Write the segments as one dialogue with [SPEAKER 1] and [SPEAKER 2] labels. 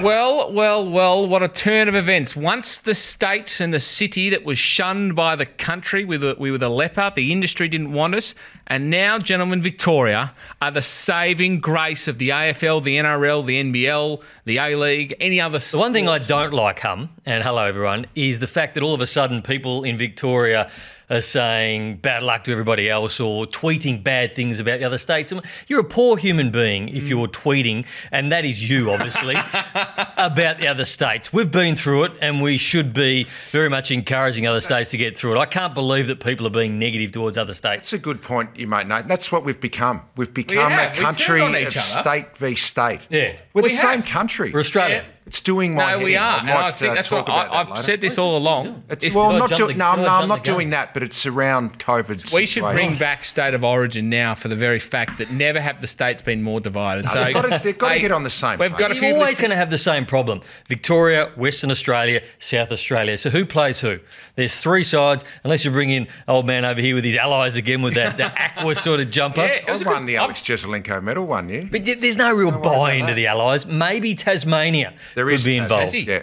[SPEAKER 1] Well, well, well, what a turn of events. Once the state and the city that was shunned by the country, we were, we were the leper, the industry didn't want us. And now, gentlemen, Victoria are the saving grace of the AFL, the NRL, the NBL, the A League, any other.
[SPEAKER 2] The one thing I don't like, hum, and hello everyone, is the fact that all of a sudden people in Victoria are saying bad luck to everybody else or tweeting bad things about the other states. I mean, You're a poor human being if you're tweeting, and that is you, obviously, about the other states. We've been through it, and we should be very much encouraging other states to get through it. I can't believe that people are being negative towards other states.
[SPEAKER 3] That's a good point you make, Nate. That's what we've become. We've become
[SPEAKER 1] have.
[SPEAKER 3] a
[SPEAKER 1] We turned
[SPEAKER 3] country
[SPEAKER 1] on
[SPEAKER 3] of
[SPEAKER 1] each other.
[SPEAKER 3] state v state.
[SPEAKER 2] Yeah.
[SPEAKER 3] We're
[SPEAKER 1] We
[SPEAKER 3] the
[SPEAKER 1] have.
[SPEAKER 3] same country.
[SPEAKER 2] We're Australian.
[SPEAKER 1] Yeah.
[SPEAKER 3] It's doing my
[SPEAKER 1] No, we
[SPEAKER 3] head in.
[SPEAKER 1] are. and I
[SPEAKER 3] might,
[SPEAKER 1] think
[SPEAKER 3] uh,
[SPEAKER 1] that's
[SPEAKER 3] talk
[SPEAKER 1] what I,
[SPEAKER 3] about that
[SPEAKER 1] I've
[SPEAKER 3] later.
[SPEAKER 1] said this all along.
[SPEAKER 3] It's-
[SPEAKER 2] If-
[SPEAKER 3] well,
[SPEAKER 2] Did I
[SPEAKER 3] I'm not
[SPEAKER 2] jump
[SPEAKER 3] doing.
[SPEAKER 2] the- did
[SPEAKER 3] No,
[SPEAKER 2] I
[SPEAKER 3] I'm, no,
[SPEAKER 2] jump
[SPEAKER 3] I'm
[SPEAKER 2] the
[SPEAKER 3] not doing
[SPEAKER 2] gun?
[SPEAKER 3] that. But it's around COVID.
[SPEAKER 1] We should
[SPEAKER 3] situation.
[SPEAKER 1] bring back state of origin now for the very fact that never have the states been more divided. so
[SPEAKER 3] they've gotta- they've gotta get on the same
[SPEAKER 1] We've got a
[SPEAKER 3] page.
[SPEAKER 1] few.
[SPEAKER 2] You're always
[SPEAKER 1] listeners-
[SPEAKER 2] going to have the same problem. Victoria, Western Australia, South Australia. So who plays who? There's three sides, unless you bring in old man over here with his allies again with that, that aqua sort of jumper.
[SPEAKER 1] Yeah, it
[SPEAKER 3] I
[SPEAKER 1] was a
[SPEAKER 3] won
[SPEAKER 1] good-
[SPEAKER 3] the
[SPEAKER 1] I've-
[SPEAKER 3] Alex Jezelenko medal one year.
[SPEAKER 2] But th- there's no real buy into the allies. Maybe Tasmania
[SPEAKER 3] There
[SPEAKER 2] could
[SPEAKER 3] is
[SPEAKER 2] be
[SPEAKER 3] Tassie.
[SPEAKER 2] involved.
[SPEAKER 1] Tassie.
[SPEAKER 3] Yeah.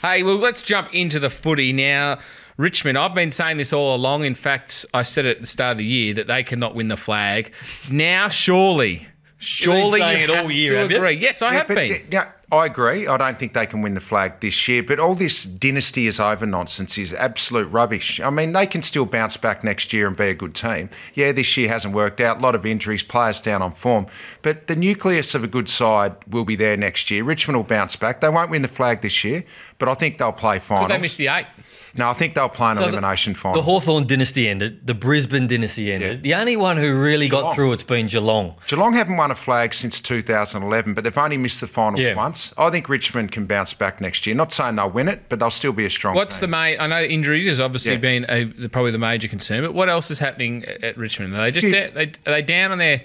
[SPEAKER 1] Hey, well, let's jump into the footy now. Richmond, I've been saying this all along. In fact, I said it at the start of the year that they cannot win the flag. Now, surely, surely you
[SPEAKER 2] saying it all
[SPEAKER 1] have
[SPEAKER 2] year,
[SPEAKER 1] to
[SPEAKER 2] have you?
[SPEAKER 1] agree. Yes, I
[SPEAKER 3] Yeah,
[SPEAKER 1] have
[SPEAKER 3] but,
[SPEAKER 1] been.
[SPEAKER 3] uh, Yeah, I agree. I don't think they can win the flag this year. But all this dynasty is over nonsense is absolute rubbish. I mean, they can still bounce back next year and be a good team. Yeah, this year hasn't worked out. A lot of injuries, players down on form. But the nucleus of a good side will be there next year. Richmond will bounce back. They won't win the flag this year, but I think they'll play finals.
[SPEAKER 1] they missed the eight.
[SPEAKER 3] no, I think they'll play an
[SPEAKER 2] So the-
[SPEAKER 3] elimination final.
[SPEAKER 2] The Hawthorn dynasty ended. The Brisbane dynasty ended. The only one who really got
[SPEAKER 3] Geelong.
[SPEAKER 2] through it's been Geelong.
[SPEAKER 3] Geelong haven't won a flag since 2011, but they've only missed the finals
[SPEAKER 2] Yeah.
[SPEAKER 3] once. I think Richmond can bounce back next year. Not saying they'll win it, but they'll still be a strong
[SPEAKER 1] What's the
[SPEAKER 3] team.
[SPEAKER 1] main? I know injuries has obviously
[SPEAKER 3] Yeah.
[SPEAKER 1] been a, the- probably the major concern, but what else is happening at, at Richmond? Are they just
[SPEAKER 3] Yeah.
[SPEAKER 1] da- they, are they down on their?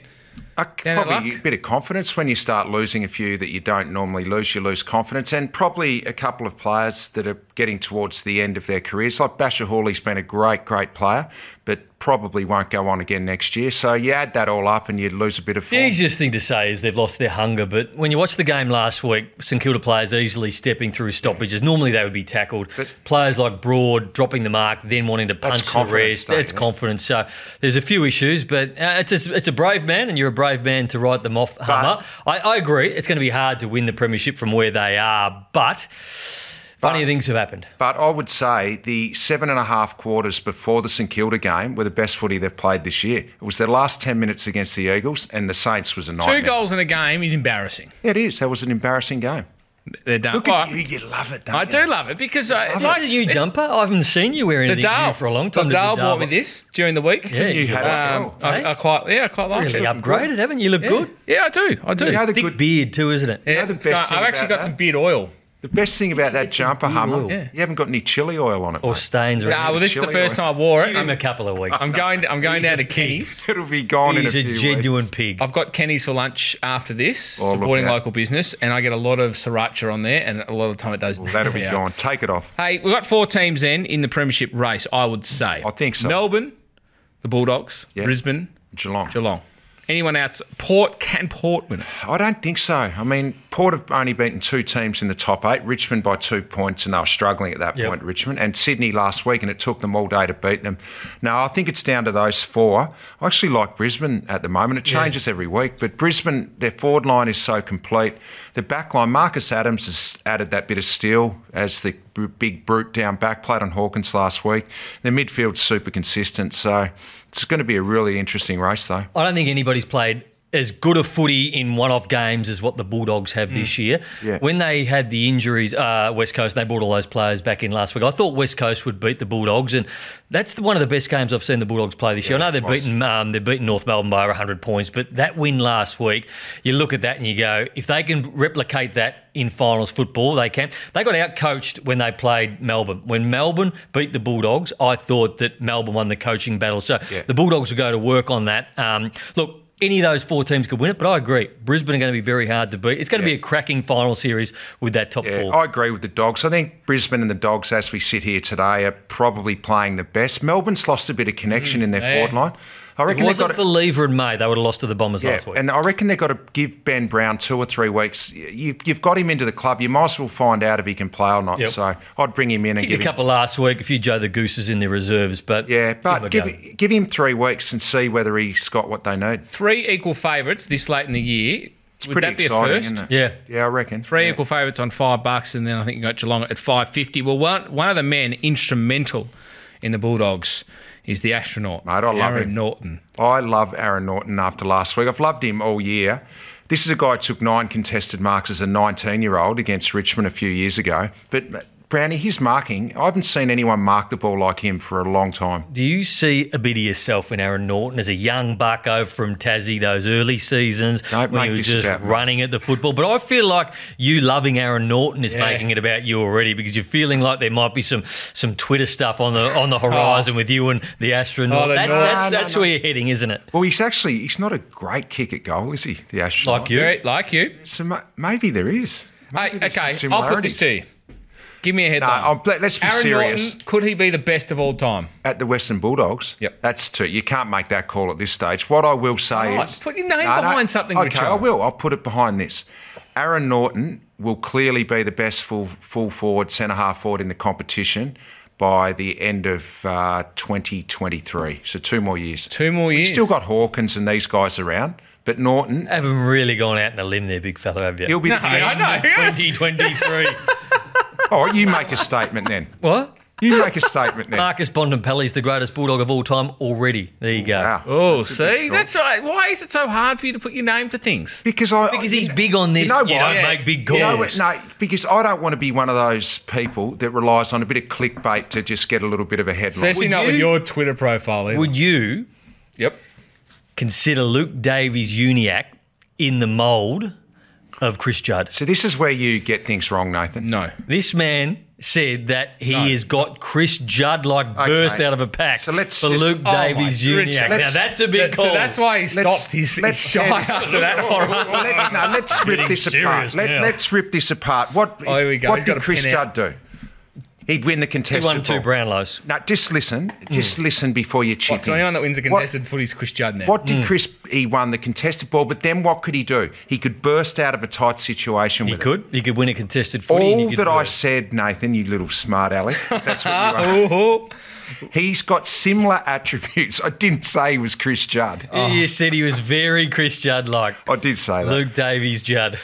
[SPEAKER 3] Uh,
[SPEAKER 1] Down at
[SPEAKER 3] probably
[SPEAKER 1] luck?
[SPEAKER 3] a bit of confidence when you start losing a few that you don't normally lose. You lose confidence, and probably a couple of players that are getting towards the end of their careers. Like Basher Hawley's been a great, great player, but probably won't go on again next year. So you add that all up, and you lose a bit of form.
[SPEAKER 2] The easiest thing to say is they've lost their hunger, but when you watch the game last week, St Kilda players easily stepping through stoppages. Normally they would be tackled. players like Broad dropping the mark, then wanting to punch the
[SPEAKER 3] confidence,
[SPEAKER 2] rest.
[SPEAKER 3] don't
[SPEAKER 2] That's
[SPEAKER 3] you?
[SPEAKER 2] confidence. So there's a few issues, but uh, it's a, it's a brave man, and you're a brave man to write them off. Hummer, I, I agree. It's going to be hard to win the premiership from where they are, but funny things have happened.
[SPEAKER 3] But I would say the seven and a half quarters before the St Kilda game were the best footy they've played this year. It was their last 10 minutes against the Eagles, and the Saints was a nightmare.
[SPEAKER 1] Two goals in a game is embarrassing.
[SPEAKER 3] Yeah, it is. That was an embarrassing game.
[SPEAKER 1] They're done.
[SPEAKER 3] Look
[SPEAKER 1] All
[SPEAKER 3] at
[SPEAKER 1] right.
[SPEAKER 3] you. You love it, don't
[SPEAKER 1] I
[SPEAKER 3] you?
[SPEAKER 1] do love it because uh, I,
[SPEAKER 2] Is that a new jumper? I haven't seen you wear anything
[SPEAKER 1] Nadal
[SPEAKER 2] new for a long time.
[SPEAKER 1] Nadal
[SPEAKER 2] The
[SPEAKER 1] bought me this during the week.
[SPEAKER 2] Yeah,
[SPEAKER 3] You
[SPEAKER 2] you
[SPEAKER 3] had
[SPEAKER 2] look
[SPEAKER 3] it
[SPEAKER 1] Um,
[SPEAKER 3] well.
[SPEAKER 1] I,
[SPEAKER 2] Hey?
[SPEAKER 1] I quite yeah, I quite like
[SPEAKER 2] really
[SPEAKER 1] it.
[SPEAKER 2] upgraded, haven't you? You Look good.
[SPEAKER 1] Yeah, I do. I do.
[SPEAKER 3] You know the
[SPEAKER 2] Thick
[SPEAKER 3] good-
[SPEAKER 2] beard too, isn't it?
[SPEAKER 1] Yeah,
[SPEAKER 3] the
[SPEAKER 1] it's
[SPEAKER 3] best
[SPEAKER 1] got-
[SPEAKER 3] thing
[SPEAKER 1] I've actually
[SPEAKER 3] about
[SPEAKER 1] got
[SPEAKER 3] that?
[SPEAKER 1] some beard oil.
[SPEAKER 3] The best thing about that jumper, Hummer,
[SPEAKER 2] oil. Yeah.
[SPEAKER 3] you haven't got any chili oil on it.
[SPEAKER 2] Or
[SPEAKER 3] mate.
[SPEAKER 2] stains or
[SPEAKER 1] Nah,
[SPEAKER 2] anything.
[SPEAKER 1] Uh, well, this is the
[SPEAKER 3] chili
[SPEAKER 1] first
[SPEAKER 3] oil.
[SPEAKER 1] time I wore it.
[SPEAKER 2] Give him
[SPEAKER 1] I'm,
[SPEAKER 2] a couple of weeks.
[SPEAKER 1] I'm going. I'm going down to Kenny's.
[SPEAKER 3] It'll be gone
[SPEAKER 2] He's
[SPEAKER 3] in
[SPEAKER 2] a,
[SPEAKER 3] a, few
[SPEAKER 2] genuine
[SPEAKER 3] weeks.
[SPEAKER 2] pig.
[SPEAKER 1] I've got Kenny's for lunch after this,
[SPEAKER 3] Oh, look
[SPEAKER 1] supporting
[SPEAKER 3] out.
[SPEAKER 1] local business, and I get a lot of sriracha on there, and a lot of the time it does.
[SPEAKER 3] That'll be
[SPEAKER 1] out.
[SPEAKER 3] gone. Take it off.
[SPEAKER 1] Hey, we've got four teams then in the premiership race. I would say.
[SPEAKER 3] I think so.
[SPEAKER 1] Melbourne, the Bulldogs,
[SPEAKER 3] Yeah.
[SPEAKER 1] Brisbane,
[SPEAKER 3] Geelong.
[SPEAKER 1] Geelong. Anyone else? Port can Port win it?
[SPEAKER 3] I don't think so. I mean, Port have only beaten two teams in the top eight, Richmond by two points, and they were struggling at that
[SPEAKER 2] Yep.
[SPEAKER 3] point, Richmond, and Sydney last week, and it took them all day to beat them. No, I think it's down to those four. I actually like Brisbane at the moment. It changes every week, but Brisbane, their forward line is so complete. The back line, Marcus Adams has added that bit of steel as the b- big brute down back, played on Hawkins last week. Their midfield's super consistent, so it's going to be a really interesting race, though.
[SPEAKER 2] I don't think anybody's played as good a footy in one-off games as what the Bulldogs have this year.
[SPEAKER 3] Yeah.
[SPEAKER 2] When they had the injuries, uh, West Coast, they brought all those players back in last week. I thought West Coast would beat the Bulldogs, and that's the, one of the best games I've seen the Bulldogs play this year. I know they've beaten um, they've beaten North Melbourne by 100 points, but that win last week, you look at that and you go, if they can replicate that in finals football, they can. They got out coached when they played Melbourne. When Melbourne beat the Bulldogs, I thought that Melbourne won the coaching battle. So the Bulldogs will go to work on that. Um, look, any of those four teams could win it, but I agree. Brisbane are going to be very hard to beat. It's going to be a cracking final series with that top
[SPEAKER 3] Yeah,
[SPEAKER 2] four.
[SPEAKER 3] I agree with the Dogs. I think Brisbane and the Dogs, as we sit here today, are probably playing the best. Melbourne's lost a bit of connection in their
[SPEAKER 1] yeah.
[SPEAKER 3] forward line.
[SPEAKER 2] If
[SPEAKER 3] I
[SPEAKER 2] it
[SPEAKER 3] reckon they've
[SPEAKER 2] wasn't
[SPEAKER 3] got
[SPEAKER 2] for Lever and May, they would have lost to the Bombers
[SPEAKER 3] Yeah,
[SPEAKER 2] last week.
[SPEAKER 3] and I reckon they've got to give Ben Brown two or three weeks. Y- You've, you've got him into the club. You might as well find out if he can play or not.
[SPEAKER 2] Yep.
[SPEAKER 3] So I'd bring him in and
[SPEAKER 2] Kicked
[SPEAKER 3] give
[SPEAKER 2] a
[SPEAKER 3] him.
[SPEAKER 2] couple last week, a few Joe the Gooses in the reserves, but
[SPEAKER 3] Yeah,
[SPEAKER 2] him a
[SPEAKER 3] but give
[SPEAKER 2] go.
[SPEAKER 3] give, him three weeks and see whether he's got what they need.
[SPEAKER 1] Three equal favourites this late in the year.
[SPEAKER 3] It's
[SPEAKER 1] Would
[SPEAKER 3] pretty
[SPEAKER 1] that be
[SPEAKER 3] exciting,
[SPEAKER 1] a 1st
[SPEAKER 3] isn't it?
[SPEAKER 2] Yeah.
[SPEAKER 3] Yeah, I reckon.
[SPEAKER 1] Three
[SPEAKER 3] Yeah.
[SPEAKER 1] equal favourites on five bucks, and then I think you got Geelong at five fifty. Well, one one of the men instrumental in the Bulldogs is the astronaut,
[SPEAKER 3] Mate, I love
[SPEAKER 1] Aaron
[SPEAKER 3] him.
[SPEAKER 1] Norton.
[SPEAKER 3] I love Aaron Norton after last week. I've loved him all year. This is a guy who took nine contested marks as a 19 year old against Richmond a few years ago. But uh, Brownie, his marking, I haven't seen anyone mark the ball like him for a long time.
[SPEAKER 2] Do you see a bit of yourself in Aaron Norton as a young bucko from Tassie those early seasons
[SPEAKER 3] Don't
[SPEAKER 2] when
[SPEAKER 3] make
[SPEAKER 2] he was
[SPEAKER 3] this
[SPEAKER 2] just
[SPEAKER 3] about me.
[SPEAKER 2] running at the football? But I feel like you loving Aaron Norton is
[SPEAKER 1] Yeah.
[SPEAKER 2] making it about you already because you're feeling like there might be some some Twitter stuff on the on the
[SPEAKER 3] Oh.
[SPEAKER 2] horizon with you and the astronaut.
[SPEAKER 1] Oh, the
[SPEAKER 2] that's
[SPEAKER 1] Norton.
[SPEAKER 2] that's,
[SPEAKER 3] No, no,
[SPEAKER 2] that's
[SPEAKER 3] no.
[SPEAKER 2] where you're heading, isn't it?
[SPEAKER 3] Well, he's actually, he's not a great kick at goal, is he? The astronaut.
[SPEAKER 2] Like you.
[SPEAKER 1] Very like you.
[SPEAKER 3] So ma- maybe there is.
[SPEAKER 1] Hey,
[SPEAKER 3] Maybe there's some
[SPEAKER 1] okay, I'll put this
[SPEAKER 3] similarities.
[SPEAKER 1] to you. Give me a
[SPEAKER 3] No,
[SPEAKER 1] headline.
[SPEAKER 3] I'll, let- let's be
[SPEAKER 1] Aaron
[SPEAKER 3] serious.
[SPEAKER 1] Norton, could he be the best of all time?
[SPEAKER 3] At the Western Bulldogs,
[SPEAKER 1] Yep.
[SPEAKER 3] that's two. You can't make that call at this stage. What I will say
[SPEAKER 1] All right,
[SPEAKER 3] is,
[SPEAKER 1] put your name behind something,
[SPEAKER 3] Okay,
[SPEAKER 1] Richard.
[SPEAKER 3] I will. I'll put it behind this. Aaron Norton will clearly be the best full full forward, centre half forward in the competition by the end of uh, 2023. So two more years.
[SPEAKER 1] Two more years.
[SPEAKER 3] Still got Hawkins and these guys around, but Norton.
[SPEAKER 2] Haven't really gone out on a limb there, big fella, have you?
[SPEAKER 3] He'll be.
[SPEAKER 1] No,
[SPEAKER 3] the
[SPEAKER 1] I
[SPEAKER 3] best.
[SPEAKER 1] know.
[SPEAKER 2] 2023.
[SPEAKER 3] All right, you make a statement then.
[SPEAKER 2] what?
[SPEAKER 3] You make a statement then.
[SPEAKER 2] Marcus Bontempelli's the greatest bulldog of all time already. There you go.
[SPEAKER 3] Wow.
[SPEAKER 1] Oh,
[SPEAKER 3] Ah. That's a good
[SPEAKER 1] see,
[SPEAKER 3] call.
[SPEAKER 1] that's right. Why is it so hard for you to put your name to things?
[SPEAKER 3] Because I
[SPEAKER 2] Because he's big on this. You,
[SPEAKER 3] know
[SPEAKER 2] don't
[SPEAKER 3] why?
[SPEAKER 2] make big
[SPEAKER 3] You
[SPEAKER 2] calls.
[SPEAKER 3] know what? no, because I don't want to be one of those people that relies on a bit of clickbait to just get a little bit of a headline.
[SPEAKER 1] Especially
[SPEAKER 2] Would
[SPEAKER 1] not with
[SPEAKER 2] you-
[SPEAKER 1] your Twitter profile. Either.
[SPEAKER 2] Would you
[SPEAKER 1] yep.
[SPEAKER 2] consider Luke Davies Uniac in the mould of Chris Judd?
[SPEAKER 3] so this is where you get things wrong, Nathan.
[SPEAKER 1] No.
[SPEAKER 2] This man said that he has got Chris Judd like
[SPEAKER 3] Okay.
[SPEAKER 2] burst out of a pack
[SPEAKER 3] So let's
[SPEAKER 2] for
[SPEAKER 3] just-
[SPEAKER 2] Luke
[SPEAKER 1] Oh, my
[SPEAKER 2] Davies
[SPEAKER 1] goodness.
[SPEAKER 2] Uniac. Now
[SPEAKER 3] Let's-
[SPEAKER 2] that's a big
[SPEAKER 1] That-
[SPEAKER 2] call.
[SPEAKER 1] So that's why he
[SPEAKER 3] Let's-
[SPEAKER 1] stopped. He's, he's
[SPEAKER 3] let's-
[SPEAKER 1] shy
[SPEAKER 3] let's-
[SPEAKER 1] after that. All right.
[SPEAKER 3] Let, no, let's rip
[SPEAKER 2] Getting
[SPEAKER 3] this
[SPEAKER 2] serious
[SPEAKER 3] apart.
[SPEAKER 2] now.
[SPEAKER 3] Let, let's rip this apart. What, is,
[SPEAKER 1] Oh, here we go.
[SPEAKER 3] what
[SPEAKER 1] He's got
[SPEAKER 3] did
[SPEAKER 1] a
[SPEAKER 3] Chris
[SPEAKER 1] pen out.
[SPEAKER 3] Judd do? He'd win the
[SPEAKER 2] he
[SPEAKER 3] contested
[SPEAKER 2] won two
[SPEAKER 3] ball.
[SPEAKER 2] Brownlows.
[SPEAKER 3] Now, just listen. Just listen before you chip
[SPEAKER 1] Hmm. What, so
[SPEAKER 3] in.
[SPEAKER 1] anyone that wins a
[SPEAKER 3] What-
[SPEAKER 1] contested Hmm. footy is Chris Judd now.
[SPEAKER 3] What did Chris? He won the contested ball, but then what could he do? He could burst out of a tight situation.
[SPEAKER 2] He
[SPEAKER 3] with it.
[SPEAKER 2] could. He could win a contested footy. and he
[SPEAKER 3] All
[SPEAKER 2] could
[SPEAKER 3] that I
[SPEAKER 2] burst.
[SPEAKER 3] said, Nathan, you little smart aleck. That's what you are.
[SPEAKER 1] Oh,
[SPEAKER 3] He's got similar attributes. I didn't say he was Chris Judd.
[SPEAKER 2] You said he was very Chris Judd like.
[SPEAKER 3] I did say
[SPEAKER 1] Oh.
[SPEAKER 3] that.
[SPEAKER 2] Luke Davies Judd.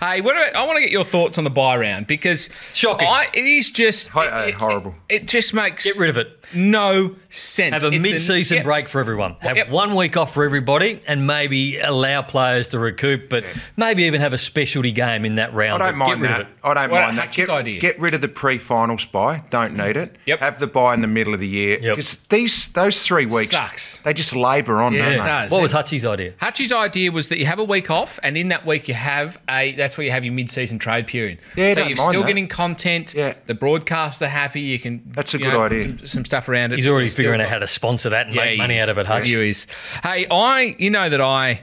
[SPEAKER 1] Hey, what about, I want to get your thoughts on the buy round because
[SPEAKER 2] Shocking.
[SPEAKER 1] I, it is just
[SPEAKER 3] Hi-
[SPEAKER 1] it-
[SPEAKER 3] uh,
[SPEAKER 1] it-
[SPEAKER 3] horrible.
[SPEAKER 1] It, it just makes
[SPEAKER 2] Get rid of it.
[SPEAKER 1] no sense.
[SPEAKER 2] Have a
[SPEAKER 1] It's
[SPEAKER 2] mid-season
[SPEAKER 1] yeah.
[SPEAKER 2] break for everyone. Have
[SPEAKER 1] Yep.
[SPEAKER 2] one week off for everybody, and maybe allow players to recoup, but maybe even have a specialty game in that round.
[SPEAKER 3] I
[SPEAKER 2] but
[SPEAKER 3] don't mind
[SPEAKER 2] get rid
[SPEAKER 3] that.
[SPEAKER 2] Of it.
[SPEAKER 3] I don't
[SPEAKER 1] Why don't
[SPEAKER 3] mind that.
[SPEAKER 1] Hutch's
[SPEAKER 3] Get,
[SPEAKER 1] idea?
[SPEAKER 3] get rid of the pre-finals buy. Don't need it.
[SPEAKER 1] Yep.
[SPEAKER 3] Have the buy in the middle of the year
[SPEAKER 2] Yep.
[SPEAKER 3] because these those three weeks
[SPEAKER 1] Sucks.
[SPEAKER 3] They just labour on,
[SPEAKER 1] Yeah,
[SPEAKER 3] don't
[SPEAKER 1] it
[SPEAKER 3] they?
[SPEAKER 1] does.
[SPEAKER 2] What was Hutchie's idea?
[SPEAKER 1] Hutchie's idea was that you have a week off, and in that week you have a that's where you have your mid-season trade period.
[SPEAKER 3] Yeah,
[SPEAKER 1] so
[SPEAKER 3] don't
[SPEAKER 1] you're
[SPEAKER 3] mind
[SPEAKER 1] still
[SPEAKER 3] that.
[SPEAKER 1] getting content.
[SPEAKER 3] Yeah.
[SPEAKER 1] the broadcasts are happy. You can
[SPEAKER 3] That's a
[SPEAKER 1] you
[SPEAKER 3] good
[SPEAKER 1] know, put
[SPEAKER 3] idea.
[SPEAKER 1] Some, some stuff around it.
[SPEAKER 2] He's already
[SPEAKER 1] Still
[SPEAKER 2] figuring
[SPEAKER 1] got-
[SPEAKER 2] out how to sponsor that and make
[SPEAKER 1] he
[SPEAKER 2] money
[SPEAKER 1] is.
[SPEAKER 2] out of it, Hutch.
[SPEAKER 1] You is. Hey, I, you know that I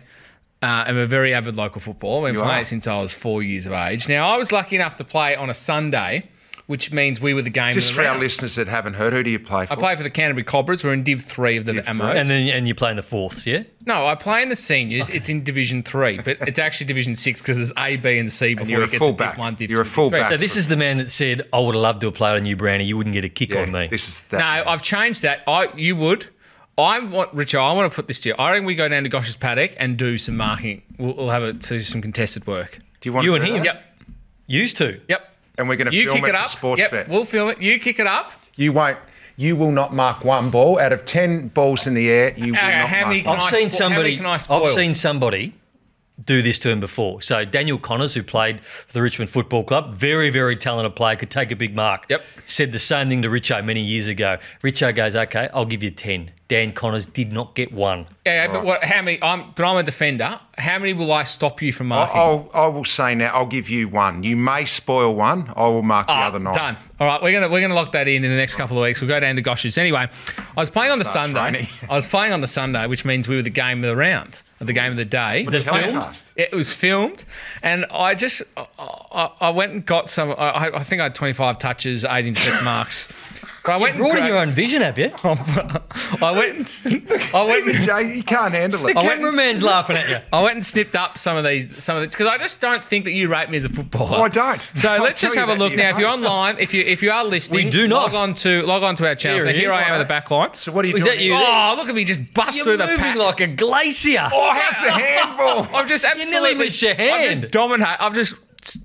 [SPEAKER 1] uh, am a very avid local footballer. I've been
[SPEAKER 3] You
[SPEAKER 1] playing
[SPEAKER 3] are.
[SPEAKER 1] since I was four years of age. Now, I was lucky enough to play on a Sunday, which means we were the game.
[SPEAKER 3] Just
[SPEAKER 1] of the
[SPEAKER 3] for our
[SPEAKER 1] round.
[SPEAKER 3] listeners that haven't heard, who do you play for?
[SPEAKER 1] I play for the Canterbury Cobras. We're in Div 3 of the MO.
[SPEAKER 2] And then and you're playing the fourths, yeah?
[SPEAKER 1] No, I play in the seniors. It's in Division 3, but it's actually Division 6 because there's A, B, and C before
[SPEAKER 3] you're
[SPEAKER 1] you
[SPEAKER 3] a
[SPEAKER 1] get to Div
[SPEAKER 3] fullback.
[SPEAKER 1] 1, Div
[SPEAKER 3] You're
[SPEAKER 1] 2,
[SPEAKER 3] a
[SPEAKER 1] Div 3.
[SPEAKER 3] fullback.
[SPEAKER 2] So this is the man that said, I would have loved to have played on you, Brownie. You wouldn't get a kick
[SPEAKER 3] Yeah,
[SPEAKER 2] on me.
[SPEAKER 3] This is that.
[SPEAKER 1] No, I've changed that. I you would. I want Richard. I want to put this to you. I reckon we go down to Gosh's paddock and do some marking. We'll, we'll have it to some contested work.
[SPEAKER 3] do you want
[SPEAKER 2] you
[SPEAKER 3] to
[SPEAKER 2] and
[SPEAKER 3] do
[SPEAKER 2] him.
[SPEAKER 3] that?
[SPEAKER 1] Yep.
[SPEAKER 2] Used to.
[SPEAKER 1] Yep.
[SPEAKER 3] And we're going to
[SPEAKER 1] You
[SPEAKER 3] film
[SPEAKER 1] kick
[SPEAKER 3] it,
[SPEAKER 1] it
[SPEAKER 3] for
[SPEAKER 1] up.
[SPEAKER 3] Sports
[SPEAKER 1] yep,
[SPEAKER 3] Bet.
[SPEAKER 1] we'll film it. You kick it up.
[SPEAKER 3] you won't. You will not mark one ball out of ten balls in the air. You will
[SPEAKER 1] Okay,
[SPEAKER 3] not
[SPEAKER 1] Uh, how
[SPEAKER 3] mark
[SPEAKER 1] many
[SPEAKER 3] one.
[SPEAKER 1] Can
[SPEAKER 2] I've
[SPEAKER 1] I
[SPEAKER 2] seen
[SPEAKER 1] spo- how many
[SPEAKER 2] somebody.
[SPEAKER 1] can I spoil?
[SPEAKER 2] I've seen somebody do this to him before. So Daniel Connors, who played for the Richmond Football Club, very very talented player, could take a big mark.
[SPEAKER 1] Yep.
[SPEAKER 2] Said the same thing to Richo many years ago. Richo goes, "Okay, I'll give you ten. Dan Connors did not get one.
[SPEAKER 1] Yeah, but what? How many? I'm, but I'm a defender. How many will I stop you from marking?
[SPEAKER 3] I'll, I will say now. I'll give you one. You may spoil one. I will mark the
[SPEAKER 1] Ah,
[SPEAKER 3] other nine.
[SPEAKER 1] Done. All right, we're gonna we're gonna lock that in in the next couple of weeks. We'll go down to Gosh's. Anyway, I was playing on the
[SPEAKER 3] Start
[SPEAKER 1] Sunday.
[SPEAKER 3] training.
[SPEAKER 1] I was playing on the Sunday, which means we were the game of the round, or the game of the day.
[SPEAKER 2] Was it
[SPEAKER 3] Telecast.
[SPEAKER 2] filmed?
[SPEAKER 1] It was filmed, and I just I, I- I went and got some. I, I think I had 25 touches, 18 set marks. But I went
[SPEAKER 2] You brought in
[SPEAKER 1] and
[SPEAKER 2] your own
[SPEAKER 1] grabbed-
[SPEAKER 2] vision, have you?
[SPEAKER 1] I went. and- I went. and-
[SPEAKER 3] Jay, you can't handle
[SPEAKER 2] Oh,
[SPEAKER 3] it.
[SPEAKER 1] I went and-
[SPEAKER 2] Cameraman's laughing at you.
[SPEAKER 1] I went and snipped up some of these, some of because I just don't think that you rate me as a footballer.
[SPEAKER 3] Oh, I don't.
[SPEAKER 1] So
[SPEAKER 3] I'll
[SPEAKER 1] let's just
[SPEAKER 3] tell you
[SPEAKER 1] have a
[SPEAKER 3] that
[SPEAKER 1] look
[SPEAKER 3] you
[SPEAKER 1] now. If you're
[SPEAKER 3] don't.
[SPEAKER 1] online, if you if you are listening,
[SPEAKER 2] We do not.
[SPEAKER 1] log on to log on to our channel.
[SPEAKER 2] Here
[SPEAKER 1] Here,
[SPEAKER 2] he
[SPEAKER 1] here
[SPEAKER 2] is.
[SPEAKER 1] I am at the back line.
[SPEAKER 3] So what are you
[SPEAKER 2] Is
[SPEAKER 3] doing?
[SPEAKER 2] that you?
[SPEAKER 1] Oh, look at me just bust
[SPEAKER 2] You're
[SPEAKER 1] through the
[SPEAKER 2] moving
[SPEAKER 1] pack.
[SPEAKER 2] like a glacier.
[SPEAKER 3] Oh, how's the handball?
[SPEAKER 1] I've just
[SPEAKER 2] nearly
[SPEAKER 1] absolutely
[SPEAKER 2] missed your
[SPEAKER 1] I've
[SPEAKER 2] hand.
[SPEAKER 1] just dominated. I've just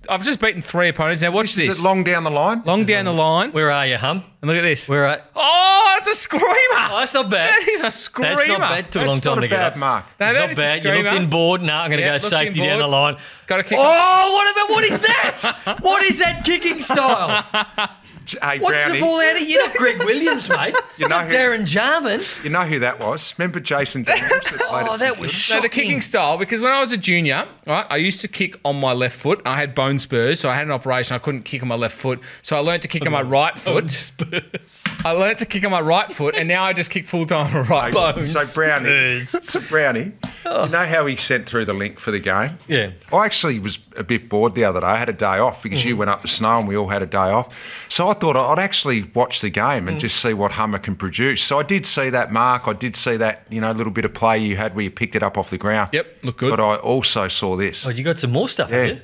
[SPEAKER 1] I've just beaten three opponents. Now watch this.
[SPEAKER 3] Is it long down the line?
[SPEAKER 1] Long down the line,
[SPEAKER 2] Where are you, hum?
[SPEAKER 1] and look at this.
[SPEAKER 2] Where are?
[SPEAKER 1] Oh, it's a screamer.
[SPEAKER 2] Oh, that's not bad.
[SPEAKER 1] That is a screamer.
[SPEAKER 2] That's not bad. Took a
[SPEAKER 3] That's
[SPEAKER 2] long time
[SPEAKER 3] not
[SPEAKER 2] to
[SPEAKER 3] a
[SPEAKER 2] get
[SPEAKER 3] bad
[SPEAKER 2] up.
[SPEAKER 3] mark.
[SPEAKER 1] That-
[SPEAKER 2] It's
[SPEAKER 1] that
[SPEAKER 2] not
[SPEAKER 1] is a
[SPEAKER 2] bad. You looked
[SPEAKER 1] screamer.
[SPEAKER 2] in board. Now I'm going to
[SPEAKER 1] Yeah,
[SPEAKER 2] go
[SPEAKER 1] looked in
[SPEAKER 2] safety down the
[SPEAKER 1] board.
[SPEAKER 2] line.
[SPEAKER 1] Gotta kick
[SPEAKER 2] Oh, what about what is that? what is that kicking style?
[SPEAKER 3] Hey,
[SPEAKER 2] What's
[SPEAKER 3] Brownie,
[SPEAKER 2] the ball out of? You're not Greg Williams, mate. You're
[SPEAKER 3] know
[SPEAKER 2] not
[SPEAKER 3] who-
[SPEAKER 2] Darren Jarman.
[SPEAKER 3] you know who that was? Remember Jason Daniels? that played
[SPEAKER 2] Oh,
[SPEAKER 3] at
[SPEAKER 2] that was
[SPEAKER 3] St Kilda?
[SPEAKER 1] No,
[SPEAKER 2] shocking.
[SPEAKER 1] the kicking style, because when I was a junior, right, I used to kick on my left foot. I had bone spurs, so I had an operation. I couldn't kick on my left foot. So I learned to kick on my right foot.
[SPEAKER 2] Spurs.
[SPEAKER 1] I learned to kick on my right foot, and now I just kick full time on my right foot.
[SPEAKER 2] Bones.
[SPEAKER 3] So Brownie,
[SPEAKER 2] Spurs.
[SPEAKER 3] so Brownie, you know how he sent through the link for the
[SPEAKER 2] Oh.
[SPEAKER 3] game?
[SPEAKER 2] Yeah.
[SPEAKER 3] I actually was a bit bored the other day. I had a day off because you went up the snow and we all had a day off. So I thought I'd actually watch the game and just see what Hummer can produce. So I did see that mark. I did see that you know little bit of play you had where you picked it up off the ground.
[SPEAKER 1] Yep, looked good.
[SPEAKER 3] But I also saw this.
[SPEAKER 2] Oh, you got some more stuff,
[SPEAKER 3] Yeah.
[SPEAKER 2] have you?